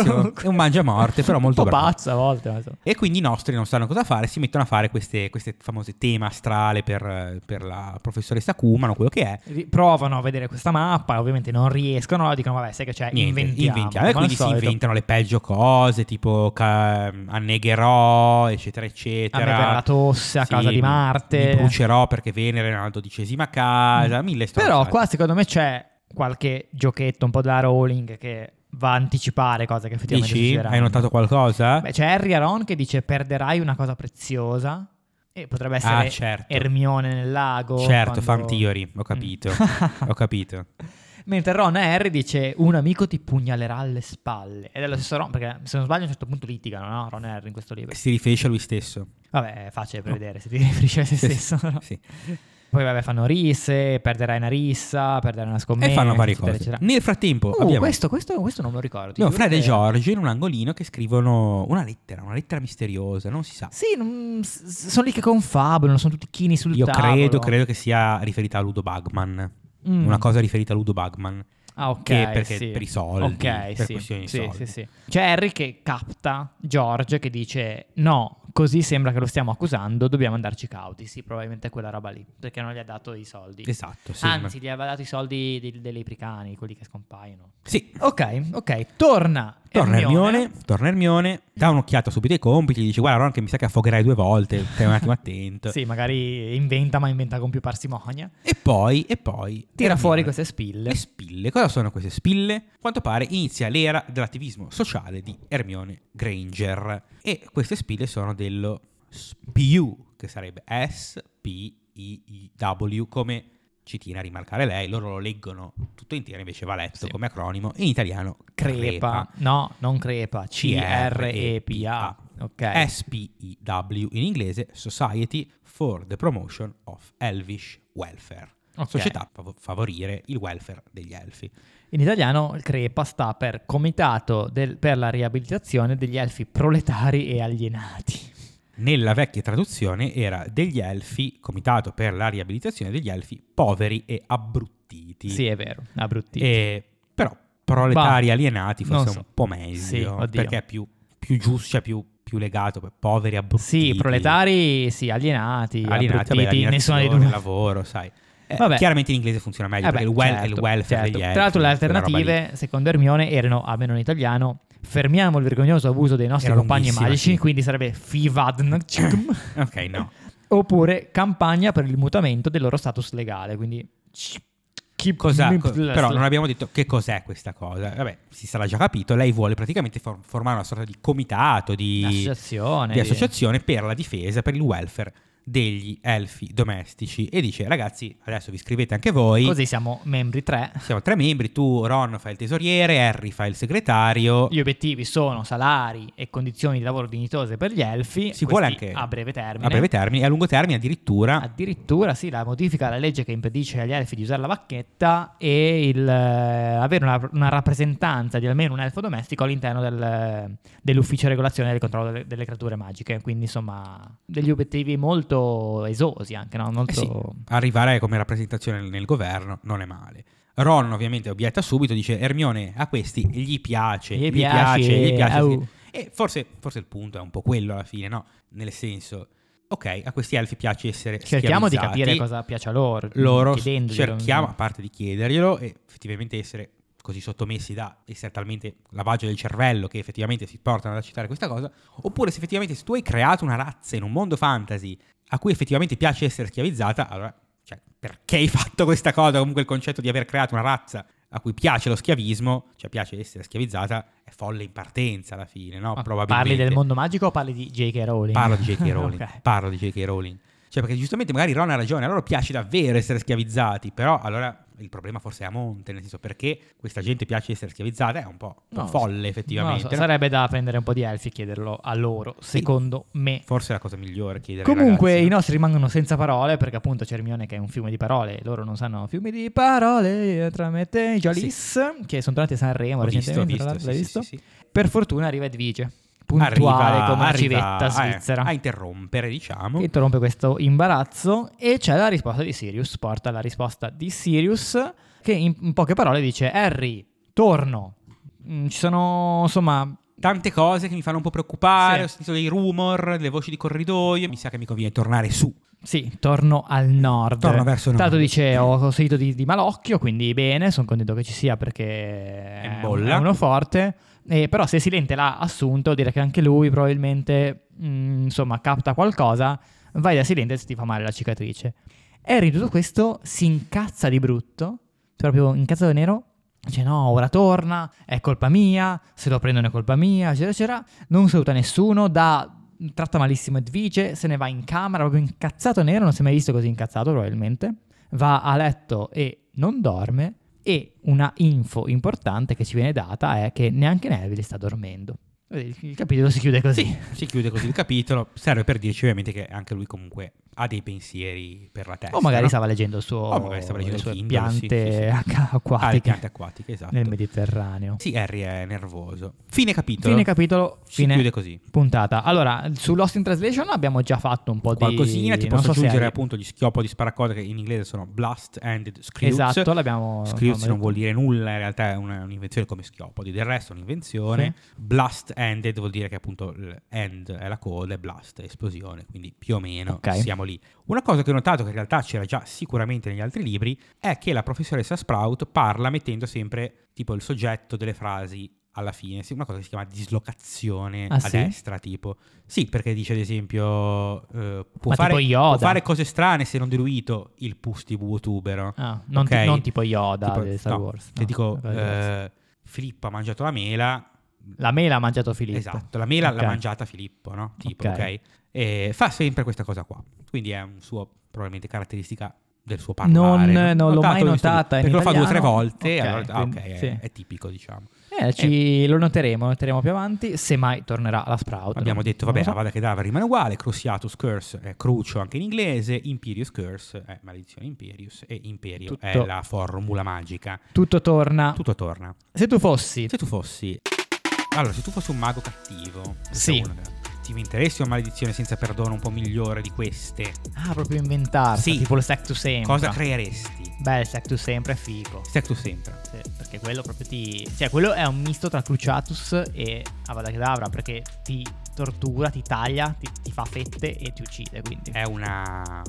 Speaker 2: Bravissimo. È [laughs] un mangiamorte, però molto
Speaker 1: Un po'
Speaker 2: bravo.
Speaker 1: pazzo a volte. ma insomma.
Speaker 2: E quindi i nostri non sanno cosa fare, si mettono a fare queste, queste famose tema astrale per, per la professoressa Kumano, quello che è.
Speaker 1: Ri- Provano a vedere questa mappa, ovviamente non riescono, dicono vabbè sai che c'è,
Speaker 2: Niente,
Speaker 1: Eh, inventiamo.
Speaker 2: inventiamo. E
Speaker 1: come al
Speaker 2: quindi si
Speaker 1: solito.
Speaker 2: inventano le peggio cose, tipo ca- annegherò, eccetera,
Speaker 1: A me verrà
Speaker 2: eccetera.
Speaker 1: la tosse a
Speaker 2: Sì,
Speaker 1: casa di Marte. Mm.
Speaker 2: Mi brucerò perché Venere è una dodicesima casa, mille storie.
Speaker 1: Però
Speaker 2: fatte.
Speaker 1: qua secondo me c'è qualche giochetto un po' da Rowling che va a anticipare cose che effettivamente
Speaker 2: Dici?
Speaker 1: succederanno.
Speaker 2: Hai notato qualcosa?
Speaker 1: Beh, c'è Harry Aron che dice perderai una cosa preziosa e potrebbe essere
Speaker 2: Ah, certo.
Speaker 1: Hermione nel lago.
Speaker 2: certo,
Speaker 1: quando-
Speaker 2: fan theory,
Speaker 1: [laughs]
Speaker 2: ho capito. ho capito.
Speaker 1: Mentre Ron e Harry dice un amico ti pugnalerà alle spalle. Ed è lo stesso Ron, perché se non sbaglio a un certo punto litigano, no? Ron e Harry in questo libro.
Speaker 2: Si riferisce a lui stesso.
Speaker 1: [laughs] Vabbè, è facile prevedere se ti riferisci a se
Speaker 2: Sì,
Speaker 1: stesso. no?
Speaker 2: Sì.
Speaker 1: poi vabbè fanno risse, perderai una rissa, perderai una scommessa.
Speaker 2: E fanno varie
Speaker 1: eccetera,
Speaker 2: cose.
Speaker 1: eccetera.
Speaker 2: Nel frattempo
Speaker 1: Uh,
Speaker 2: abbiamo
Speaker 1: questo, questo, questo non me lo ricordo. ti
Speaker 2: abbiamo
Speaker 1: giuro
Speaker 2: Fred e
Speaker 1: che-
Speaker 2: George in un angolino che scrivono una lettera, una lettera misteriosa, non si sa.
Speaker 1: Sì, non- s- s- sono lì che confabulano, sono tutti chini sul
Speaker 2: Io
Speaker 1: tavolo.
Speaker 2: credo, credo che sia riferita a Ludo Bagman.
Speaker 1: Mm.
Speaker 2: Una cosa riferita a Ludo Bagman.
Speaker 1: Ah, ok.
Speaker 2: che perché
Speaker 1: sì.
Speaker 2: per i soldi,
Speaker 1: Ok,
Speaker 2: per
Speaker 1: sì.
Speaker 2: questioni di
Speaker 1: sì,
Speaker 2: soldi.
Speaker 1: sì, sì. C'è Harry che capta George che dice: No, così sembra che lo stiamo accusando, dobbiamo andarci cauti. Sì, probabilmente è quella roba lì, perché non gli ha dato i soldi.
Speaker 2: Esatto, sì.
Speaker 1: Anzi, gli aveva dato i soldi dei, dei lepricani, quelli che scompaiono.
Speaker 2: Sì.
Speaker 1: Ok, ok, torna.
Speaker 2: Torna Hermione, torna Hermione, dà un'occhiata subito ai compiti, gli dice guarda Ron che mi sa che affogherai due volte, stai un attimo attento.
Speaker 1: Sì, magari inventa, ma inventa con più parsimonia.
Speaker 2: E poi, e poi...
Speaker 1: Tira
Speaker 2: Hermione.
Speaker 1: fuori queste spille.
Speaker 2: Le spille, cosa sono queste spille? A quanto pare inizia l'era dell'attivismo sociale di Hermione Granger. E queste spille sono dello SPU, che sarebbe S-P-I-I-W, come ci tiene a rimarcare lei. Loro lo leggono tutto intero, invece va letto
Speaker 1: Sì.
Speaker 2: come acronimo. In italiano
Speaker 1: Crepa. No, non crepa. C-R-E-P-A.
Speaker 2: Eh,
Speaker 1: Ok.
Speaker 2: SPEW in inglese Society for the Promotion of Elvish Welfare.
Speaker 1: Ok.
Speaker 2: Società per favorire il welfare degli elfi.
Speaker 1: In italiano il crepa sta per Comitato del- per la riabilitazione degli elfi proletari e alienati.
Speaker 2: Nella vecchia traduzione era degli elfi, comitato per la riabilitazione degli elfi poveri e abbruttiti.
Speaker 1: Sì, è vero. Ah, brutti.
Speaker 2: E- però proletari
Speaker 1: Bah,
Speaker 2: alienati forse
Speaker 1: non
Speaker 2: è
Speaker 1: so.
Speaker 2: un po' meglio,
Speaker 1: Sì, oddio.
Speaker 2: perché è più, più giusto, cioè più, più legato per poveri e abbruttiti.
Speaker 1: Sì, proletari, sì, alienati,
Speaker 2: alienati, vabbè,
Speaker 1: abbruttiti, nessuno dei
Speaker 2: alienazione,
Speaker 1: due.
Speaker 2: lavoro, sai. Eh,
Speaker 1: Vabbè.
Speaker 2: Chiaramente in inglese funziona meglio
Speaker 1: Eh
Speaker 2: perché
Speaker 1: beh,
Speaker 2: il, wel-
Speaker 1: certo,
Speaker 2: il welfare
Speaker 1: certo.
Speaker 2: degli elfi.
Speaker 1: Tra l'altro le
Speaker 2: quella roba lì.
Speaker 1: alternative, secondo Hermione, erano, almeno in italiano, fermiamo il vergognoso abuso dei nostri
Speaker 2: Era
Speaker 1: compagni
Speaker 2: lunghissima,
Speaker 1: magici,
Speaker 2: sì.
Speaker 1: quindi sarebbe
Speaker 2: [coughs]
Speaker 1: Fivadn,
Speaker 2: Ok, no.
Speaker 1: oppure campagna per il mutamento del loro status legale, quindi...
Speaker 2: Cosa- co- però non abbiamo detto che cos'è questa cosa. Vabbè, si sarà già capito. Lei vuole praticamente for- formare una sorta di comitato, di,
Speaker 1: Associazione.
Speaker 2: di associazione per la difesa, per il welfare degli elfi domestici. E dice, ragazzi, adesso vi iscrivete anche voi.
Speaker 1: Così siamo membri 3.
Speaker 2: Siamo tre membri, tu Ron fai il tesoriere, Harry fa il segretario.
Speaker 1: Gli obiettivi sono salari e condizioni di lavoro dignitose per gli elfi.
Speaker 2: si vuole
Speaker 1: questi
Speaker 2: anche
Speaker 1: a breve termine.
Speaker 2: a breve termine e a lungo termine addirittura
Speaker 1: Addirittura sì, la modifica alla legge che impedisce agli elfi di usare la bacchetta e il, eh, avere una, una rappresentanza di almeno un elfo domestico all'interno del- dell'ufficio regolazione del controllo delle, delle creature magiche. Quindi insomma degli obiettivi molto esosi anche, no? Molto...
Speaker 2: Eh sì, arrivare come rappresentazione nel, nel governo non è male. Ron ovviamente obietta subito, dice Ermione a questi gli piace,
Speaker 1: Gli
Speaker 2: gli, piace,
Speaker 1: piace,
Speaker 2: gli piace.
Speaker 1: au.
Speaker 2: E forse, forse il punto è un po' quello alla fine, no? Nel senso, ok, a questi elfi piace essere
Speaker 1: Cerchiamo di
Speaker 2: schiavizzati,
Speaker 1: capire cosa piace a loro.
Speaker 2: loro
Speaker 1: chiedendoglielo.
Speaker 2: cerchiamo, a parte di chiederglielo, e effettivamente essere così sottomessi da essere talmente lavaggio del cervello che effettivamente si portano ad accettare questa cosa, oppure se effettivamente se tu hai creato una razza in un mondo fantasy a cui effettivamente piace essere schiavizzata, allora cioè, perché hai fatto questa cosa? Comunque il concetto di aver creato una razza a cui piace lo schiavismo, cioè piace essere schiavizzata, è folle in partenza alla fine, no?
Speaker 1: Ma
Speaker 2: Probabilmente.
Speaker 1: Ah, Parli del mondo magico o parli di J.K. Rowling?
Speaker 2: Parlo
Speaker 1: [laughs]
Speaker 2: di J.K. Rowling.
Speaker 1: Ok.
Speaker 2: Parlo di J.K. Rowling. Cioè, perché giustamente magari Ron ha ragione, a loro piace davvero essere schiavizzati, però allora il problema forse è a monte, nel senso perché questa gente piace essere schiavizzata è un po', un po'
Speaker 1: No,
Speaker 2: folle effettivamente.
Speaker 1: Non lo so,
Speaker 2: no?
Speaker 1: sarebbe da prendere un po' di elfi e chiederlo a loro, secondo me.
Speaker 2: Forse è la cosa migliore chiedere ai
Speaker 1: Comunque
Speaker 2: ragazzi, eh.
Speaker 1: i
Speaker 2: no?
Speaker 1: nostri rimangono senza parole perché appunto c'è Hermione che è un fiume di parole, loro non sanno fiumi di parole tramite Jalis che sono tornati a Sanremo
Speaker 2: Ho visto, ho
Speaker 1: recentemente,
Speaker 2: visto,
Speaker 1: tra l'altro, l'hai
Speaker 2: sì, sì,
Speaker 1: visto?
Speaker 2: sì, sì.
Speaker 1: Per fortuna arriva Edvige, puntuale
Speaker 2: Arriva-
Speaker 1: come una
Speaker 2: arriva,
Speaker 1: civetta
Speaker 2: eh,
Speaker 1: svizzera.
Speaker 2: a interrompere, diciamo.
Speaker 1: che interrompe questo imbarazzo e c'è la risposta di Sirius, porta la risposta di Sirius che in, in poche parole dice Harry, torno. Mm, Ci sono insomma
Speaker 2: Tante cose che mi fanno un po' preoccupare,
Speaker 1: Sì.
Speaker 2: ho sentito dei rumor, le voci di corridoio, mi sa che mi conviene tornare su.
Speaker 1: Sì, torno al nord.
Speaker 2: Torno verso il
Speaker 1: Tanto
Speaker 2: nord.
Speaker 1: dice, ho sentito di, di malocchio, quindi bene, sono contento che ci sia perché è,
Speaker 2: bolla.
Speaker 1: è uno forte. Eh, però se Silente l'ha assunto, dire che anche lui probabilmente, mh, insomma, capta qualcosa, vai da Silente se ti fa male la cicatrice. Harry tutto questo si incazza di brutto, proprio incazzato di nero. Dice no, ora torna, è colpa mia, se lo prendono è colpa mia, eccetera, eccetera. Non saluta nessuno, dà- tratta malissimo Edvige, se ne va in camera, proprio incazzato nero, non si è mai visto così incazzato probabilmente. Va a letto e non dorme e una info importante che ci viene data è che neanche Neville sta dormendo. Il il capitolo si chiude così.
Speaker 2: Si chiude così il capitolo. Serve per dirci ovviamente che anche lui comunque ha dei pensieri per la testa.
Speaker 1: O magari
Speaker 2: no?
Speaker 1: stava leggendo il suo,
Speaker 2: eh, O magari stava leggendo
Speaker 1: le sue
Speaker 2: il Kindle, sì,
Speaker 1: piante
Speaker 2: sì, sì.
Speaker 1: acqua-
Speaker 2: Ah,
Speaker 1: acquatiche
Speaker 2: le piante acquatiche, esatto.
Speaker 1: nel Mediterraneo.
Speaker 2: Sì, Harry è nervoso. Fine capitolo.
Speaker 1: Fine capitolo,
Speaker 2: Si
Speaker 1: fine
Speaker 2: chiude così.
Speaker 1: puntata. Allora, su Lost in Translation abbiamo già fatto un po'
Speaker 2: Qualcosina,
Speaker 1: di...
Speaker 2: ti
Speaker 1: non
Speaker 2: posso
Speaker 1: so se
Speaker 2: aggiungere
Speaker 1: hai-
Speaker 2: appunto gli schioppo di sparacorde che in inglese sono blast and screws.
Speaker 1: Esatto, l'abbiamo...
Speaker 2: Screws
Speaker 1: insomma,
Speaker 2: non vuol dire nulla, in realtà è una- un'invenzione come schiopodi, del resto è un'invenzione. Blast ended vuol dire che appunto l- end è la coda e blast è esplosione, quindi più o meno
Speaker 1: Ok.
Speaker 2: siamo lì. Una cosa che ho notato che in realtà c'era già sicuramente negli altri libri è che la professoressa Sprout parla mettendo sempre tipo il soggetto delle frasi alla fine, sì, una cosa che si chiama dislocazione
Speaker 1: Ah,
Speaker 2: a
Speaker 1: sì?
Speaker 2: destra tipo. Sì, perché dice ad esempio eh, può,
Speaker 1: Ma tipo
Speaker 2: fare,
Speaker 1: Yoda.
Speaker 2: può fare cose strane se non diluito il pustibutubero tubero.
Speaker 1: Ah, non, ti-
Speaker 2: Ok.
Speaker 1: non tipo Yoda
Speaker 2: Tipo-
Speaker 1: di Star
Speaker 2: no,
Speaker 1: Wars.
Speaker 2: Se
Speaker 1: no,
Speaker 2: dico
Speaker 1: Star Wars.
Speaker 2: eh, Filippo ha mangiato la mela.
Speaker 1: la mela ha mangiato Filippo.
Speaker 2: Esatto, la mela
Speaker 1: Ok.
Speaker 2: l'ha mangiata Filippo, no? Tipo,
Speaker 1: Ok.
Speaker 2: ok. E fa sempre questa cosa qua. Quindi è un suo, probabilmente, caratteristica del suo parlare.
Speaker 1: Non- non l'ho mai
Speaker 2: Notato visto-
Speaker 1: notata in
Speaker 2: Perché lo fa due o tre
Speaker 1: italiano.
Speaker 2: volte.
Speaker 1: Ok,
Speaker 2: allora- ah,
Speaker 1: quindi-
Speaker 2: ok, è-
Speaker 1: sì.
Speaker 2: è tipico, diciamo.
Speaker 1: Eh, ci- lo noteremo, lo noteremo più avanti, semmai tornerà la Sprout. non-
Speaker 2: Abbiamo detto,
Speaker 1: non
Speaker 2: vabbè,
Speaker 1: lo so.
Speaker 2: Avada Kedavra rimane uguale, Cruciatus Curse è Crucio anche in inglese, Imperius Curse è maledizione Imperius e Imperio è
Speaker 1: Tutto-
Speaker 2: la formula magica.
Speaker 1: tutto torna.
Speaker 2: Tutto torna.
Speaker 1: Se tu fossi
Speaker 2: Se tu fossi... Allora, se tu fossi un mago cattivo,
Speaker 1: Sì.
Speaker 2: uno che- ti interessi una maledizione senza perdono un po' migliore di queste?
Speaker 1: Ah, proprio inventarsi,
Speaker 2: Sì.
Speaker 1: tipo il Stack to Sempre.
Speaker 2: Cosa creeresti?
Speaker 1: Beh, il Stack to Sempre è figo.
Speaker 2: Stack to sempre.
Speaker 1: Sì, Perché quello proprio ti. Cioè, quello è un misto tra Cruciatus e Avada Kedavra. Perché ti tortura, ti taglia, ti, ti fa fette e ti uccide. Quindi.
Speaker 2: È una...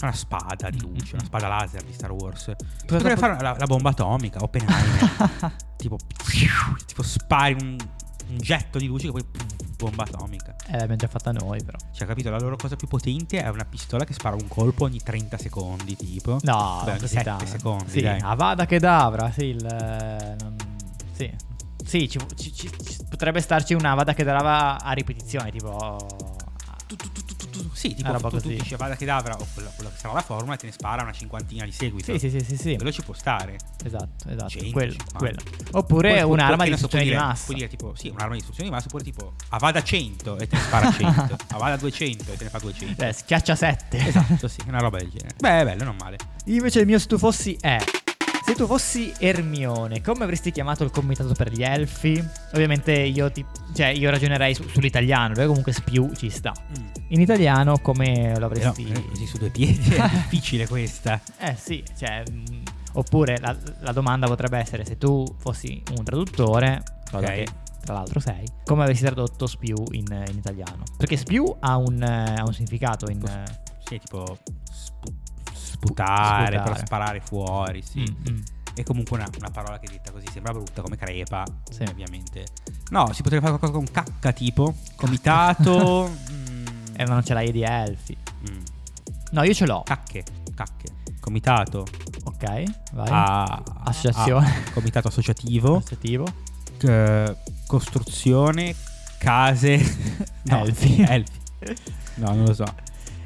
Speaker 2: Una spada di luce, una spada laser di Star Wars.
Speaker 1: dopo-
Speaker 2: Potrebbe fare la, la bomba atomica, Oppenheimer.
Speaker 1: [laughs]
Speaker 2: tipo, tipo spari un, un getto di luce che poi bomba atomica.
Speaker 1: Eh, l'abbiamo già fatta noi, però.
Speaker 2: Cioè, capito? La loro cosa più potente è una pistola che spara un colpo ogni 30 secondi, tipo.
Speaker 1: No,
Speaker 2: Beh, ogni
Speaker 1: così
Speaker 2: 7
Speaker 1: tanto.
Speaker 2: secondi,
Speaker 1: Sì,
Speaker 2: dai.
Speaker 1: Avada Kedavra, sì, il. eh, non- Sì. Sì, ci, ci- ci- ci- potrebbe starci una Avada Kedavra a ripetizione, tipo.
Speaker 2: Tu, tu, tu, tu, tu, tu. Sì, tipo,
Speaker 1: Una roba
Speaker 2: tu, tu
Speaker 1: così.
Speaker 2: dici Avada Kedavra o quello, quello che sarà la formula te ne spara una cinquantina di seguito.
Speaker 1: Sì, sì, sì, sì, sì.
Speaker 2: Quello ci può stare.
Speaker 1: Esatto, esatto.
Speaker 2: 100,
Speaker 1: Quello,
Speaker 2: 50.
Speaker 1: quello. Oppure
Speaker 2: Poi può-
Speaker 1: un'arma di
Speaker 2: può- che ne so, può
Speaker 1: distruzione di
Speaker 2: dire-
Speaker 1: massa.
Speaker 2: Può dire tipo, sì, un'arma di distruzione di massa, oppure tipo Avada 100 e te ne
Speaker 1: [laughs]
Speaker 2: spara 100, Avada 200 e te ne fa 200.
Speaker 1: Eh, schiaccia 7.
Speaker 2: [laughs] Esatto,
Speaker 1: [laughs]
Speaker 2: sì, una roba del genere. Beh, è bello, non male.
Speaker 1: Invece il mio se tu fossi è. Se tu fossi Ermione, come avresti chiamato il comitato per gli elfi? Ovviamente io ti. Cioè, io ragionerei su- sull'italiano, perché comunque spiu ci sta.
Speaker 2: Mm.
Speaker 1: In italiano come lo
Speaker 2: Eh no,
Speaker 1: avresti.
Speaker 2: eh, così su due piedi è [laughs] difficile questa.
Speaker 1: [laughs] Eh sì, cioè. mh, Oppure la, la domanda potrebbe essere: se tu fossi un traduttore, cosa
Speaker 2: Ok.
Speaker 1: che tra l'altro sei, come avresti tradotto spiu in, in italiano? Perché spiu ha un, eh, ha un significato in. eh,
Speaker 2: Sì, tipo spu- sputare,
Speaker 1: Sputare.
Speaker 2: però sparare fuori, sì.
Speaker 1: mm, mm.
Speaker 2: È comunque una, una parola che detta così sembra brutta come crepa,
Speaker 1: Sì.
Speaker 2: ovviamente. No, si potrebbe fare qualcosa con cacca tipo,
Speaker 1: [laughs]
Speaker 2: comitato... mm,
Speaker 1: Eh, ma non ce l'hai di elfi.
Speaker 2: mm,
Speaker 1: No, io ce l'ho.
Speaker 2: cacche, cacche. Comitato.
Speaker 1: Ok, vai.
Speaker 2: a-
Speaker 1: Associazione.
Speaker 2: a-
Speaker 1: [laughs]
Speaker 2: comitato associativo.
Speaker 1: Associativo.
Speaker 2: eh, costruzione.
Speaker 1: [laughs]
Speaker 2: Case. no,
Speaker 1: Elfi.
Speaker 2: [laughs] elfi. No, non lo so.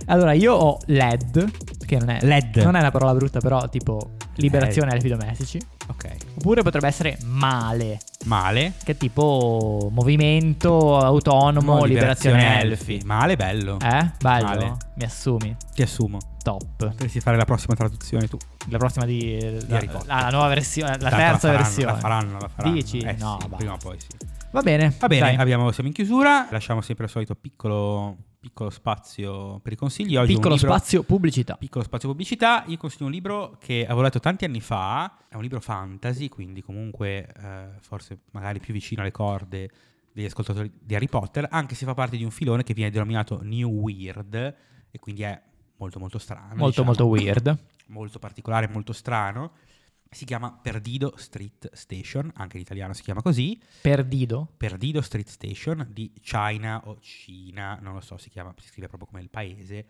Speaker 1: Allora, io ho LED, che non è,
Speaker 2: LED.
Speaker 1: non è una parola brutta, però tipo liberazione
Speaker 2: Eh.
Speaker 1: elfi domestici.
Speaker 2: Ok.
Speaker 1: Oppure potrebbe essere male,
Speaker 2: Male.
Speaker 1: che è tipo movimento autonomo,
Speaker 2: Mo'
Speaker 1: liberazione, elfi.
Speaker 2: Male, bello.
Speaker 1: Eh? Bello,
Speaker 2: Male.
Speaker 1: mi assumi.
Speaker 2: Ti assumo.
Speaker 1: Top.
Speaker 2: Potresti fare la prossima traduzione tu.
Speaker 1: La prossima di... la,
Speaker 2: Harry Potter.
Speaker 1: la- la nuova versione, la
Speaker 2: Tanto
Speaker 1: terza
Speaker 2: faranno,
Speaker 1: versione.
Speaker 2: La faranno, la faranno.
Speaker 1: Dici?
Speaker 2: Eh
Speaker 1: no,
Speaker 2: sì,
Speaker 1: va.
Speaker 2: prima o poi sì.
Speaker 1: Va bene.
Speaker 2: Va bene,
Speaker 1: dai.
Speaker 2: abbiamo- siamo in chiusura. Lasciamo sempre il solito piccolo, piccolo spazio per i consigli. Oggi un
Speaker 1: Piccolo
Speaker 2: libro-
Speaker 1: spazio pubblicità.
Speaker 2: Piccolo spazio pubblicità, io consiglio un libro che avevo letto tanti anni fa, è un libro fantasy, quindi comunque eh, forse magari più vicino alle corde degli ascoltatori di Harry Potter, anche se fa parte di un filone che viene denominato New Weird e quindi è molto molto strano.
Speaker 1: Molto
Speaker 2: diciamo.
Speaker 1: molto weird.
Speaker 2: Molto particolare, molto strano. Si chiama Perdido Street Station, anche in italiano si chiama così.
Speaker 1: Perdido.
Speaker 2: Perdido Street Station di China o Cina, non lo so, si chiama, si scrive proprio come il paese,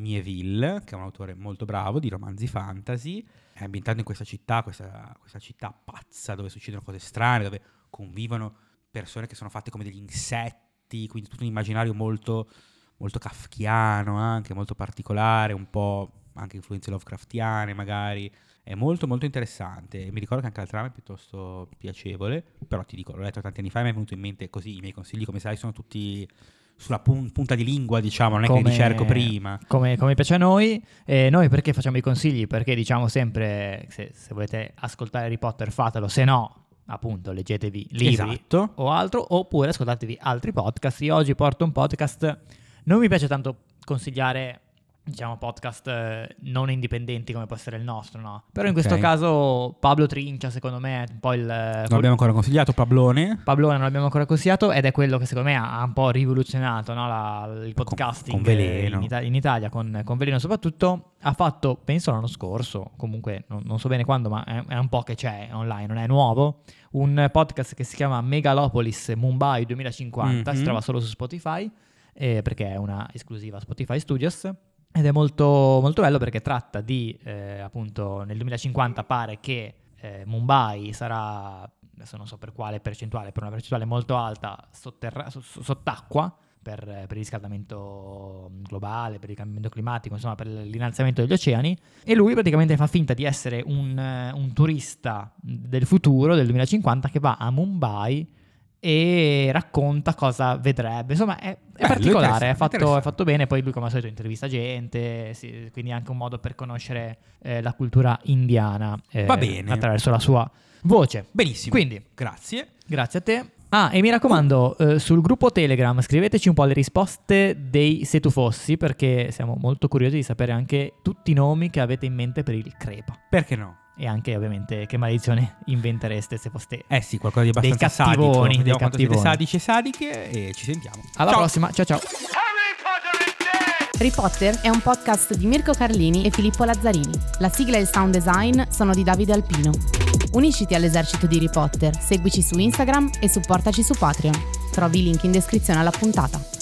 Speaker 2: Mieville, che è un autore molto bravo di romanzi fantasy, è ambientato in questa città, questa, questa città pazza dove succedono cose strane, dove convivono persone che sono fatte come degli insetti, quindi tutto un immaginario molto, molto kafkiano anche, molto particolare, un po' anche influenze Lovecraftiane magari. È molto molto interessante. Mi ricordo che anche la trama è piuttosto piacevole, però ti dico, l'ho letto tanti anni fa e mi è venuto in mente così. I miei consigli, come sai, sono tutti sulla pun- punta di lingua, diciamo, non è che
Speaker 1: Come-
Speaker 2: li ricerco prima.
Speaker 1: Come, come piace a noi, Eh, noi perché facciamo i consigli? Perché diciamo sempre, se, se volete ascoltare Harry Potter fatelo, se no, appunto, leggetevi libri
Speaker 2: Esatto.
Speaker 1: o altro, oppure ascoltatevi altri podcast. Io oggi porto un podcast, non mi piace tanto consigliare, diciamo, podcast eh, non indipendenti come può essere il nostro, no? Però in
Speaker 2: Ok.
Speaker 1: questo caso Pablo Trincia, secondo me, è un po' il... eh,
Speaker 2: Non abbiamo ancora consigliato Pablone.
Speaker 1: Pablone non l'abbiamo ancora consigliato ed è quello che secondo me ha ha un po' rivoluzionato no, la- il podcasting
Speaker 2: con Veleno.
Speaker 1: in, Ita- in Italia con, con Veleno soprattutto ha fatto penso l'anno scorso comunque non, non so bene quando ma è, è un po' che c'è online non è nuovo un podcast che si chiama Megalopolis Mumbai 2050 si
Speaker 2: Mhm.
Speaker 1: trova solo su Spotify eh, perché è una esclusiva Spotify Studios ed è molto, molto bello perché tratta di, eh, appunto, nel 2050 pare che eh, Mumbai sarà, adesso non so per quale percentuale, per una percentuale molto alta, sotterra- so- so- sott'acqua per, per il riscaldamento globale, per il cambiamento climatico, insomma per l'innalzamento degli oceani. E lui praticamente fa finta di essere un, eh, un turista del futuro, del 2050, che va a Mumbai e racconta cosa vedrebbe. Insomma, è, è
Speaker 2: Bello,
Speaker 1: particolare, è
Speaker 2: interessante,
Speaker 1: fatto, è
Speaker 2: interessante.
Speaker 1: fatto bene. Poi lui, come al solito, intervista gente, sì, quindi è anche un modo per conoscere eh, la cultura indiana eh,
Speaker 2: Va bene.
Speaker 1: attraverso la sua voce.
Speaker 2: Benissimo.
Speaker 1: Quindi,
Speaker 2: Grazie.
Speaker 1: Grazie a te. Ah, e mi raccomando, eh, sul gruppo Telegram scriveteci un po' le risposte dei se tu fossi, perché siamo molto curiosi di sapere anche tutti i nomi che avete in mente per il crepa.
Speaker 2: Perché no?
Speaker 1: E anche, ovviamente, che maledizione inventereste se foste.
Speaker 2: Eh sì, qualcosa di
Speaker 1: Dei
Speaker 2: abbastanza
Speaker 1: cattivoni,
Speaker 2: sadico.
Speaker 1: dei
Speaker 2: Vediamo quanto siete
Speaker 1: cattivoni.
Speaker 2: sadici e sadiche e ci sentiamo.
Speaker 1: Alla
Speaker 2: Ciao.
Speaker 1: prossima, ciao ciao.
Speaker 3: Harry Potter is dead!
Speaker 5: Harry Potter è un podcast di Mirko Carlini e Filippo Lazzarini. La sigla e il sound design sono di Davide Alpino. Unisciti all'esercito di Harry Potter, seguici su Instagram e supportaci su Patreon. Trovi i link in descrizione alla puntata.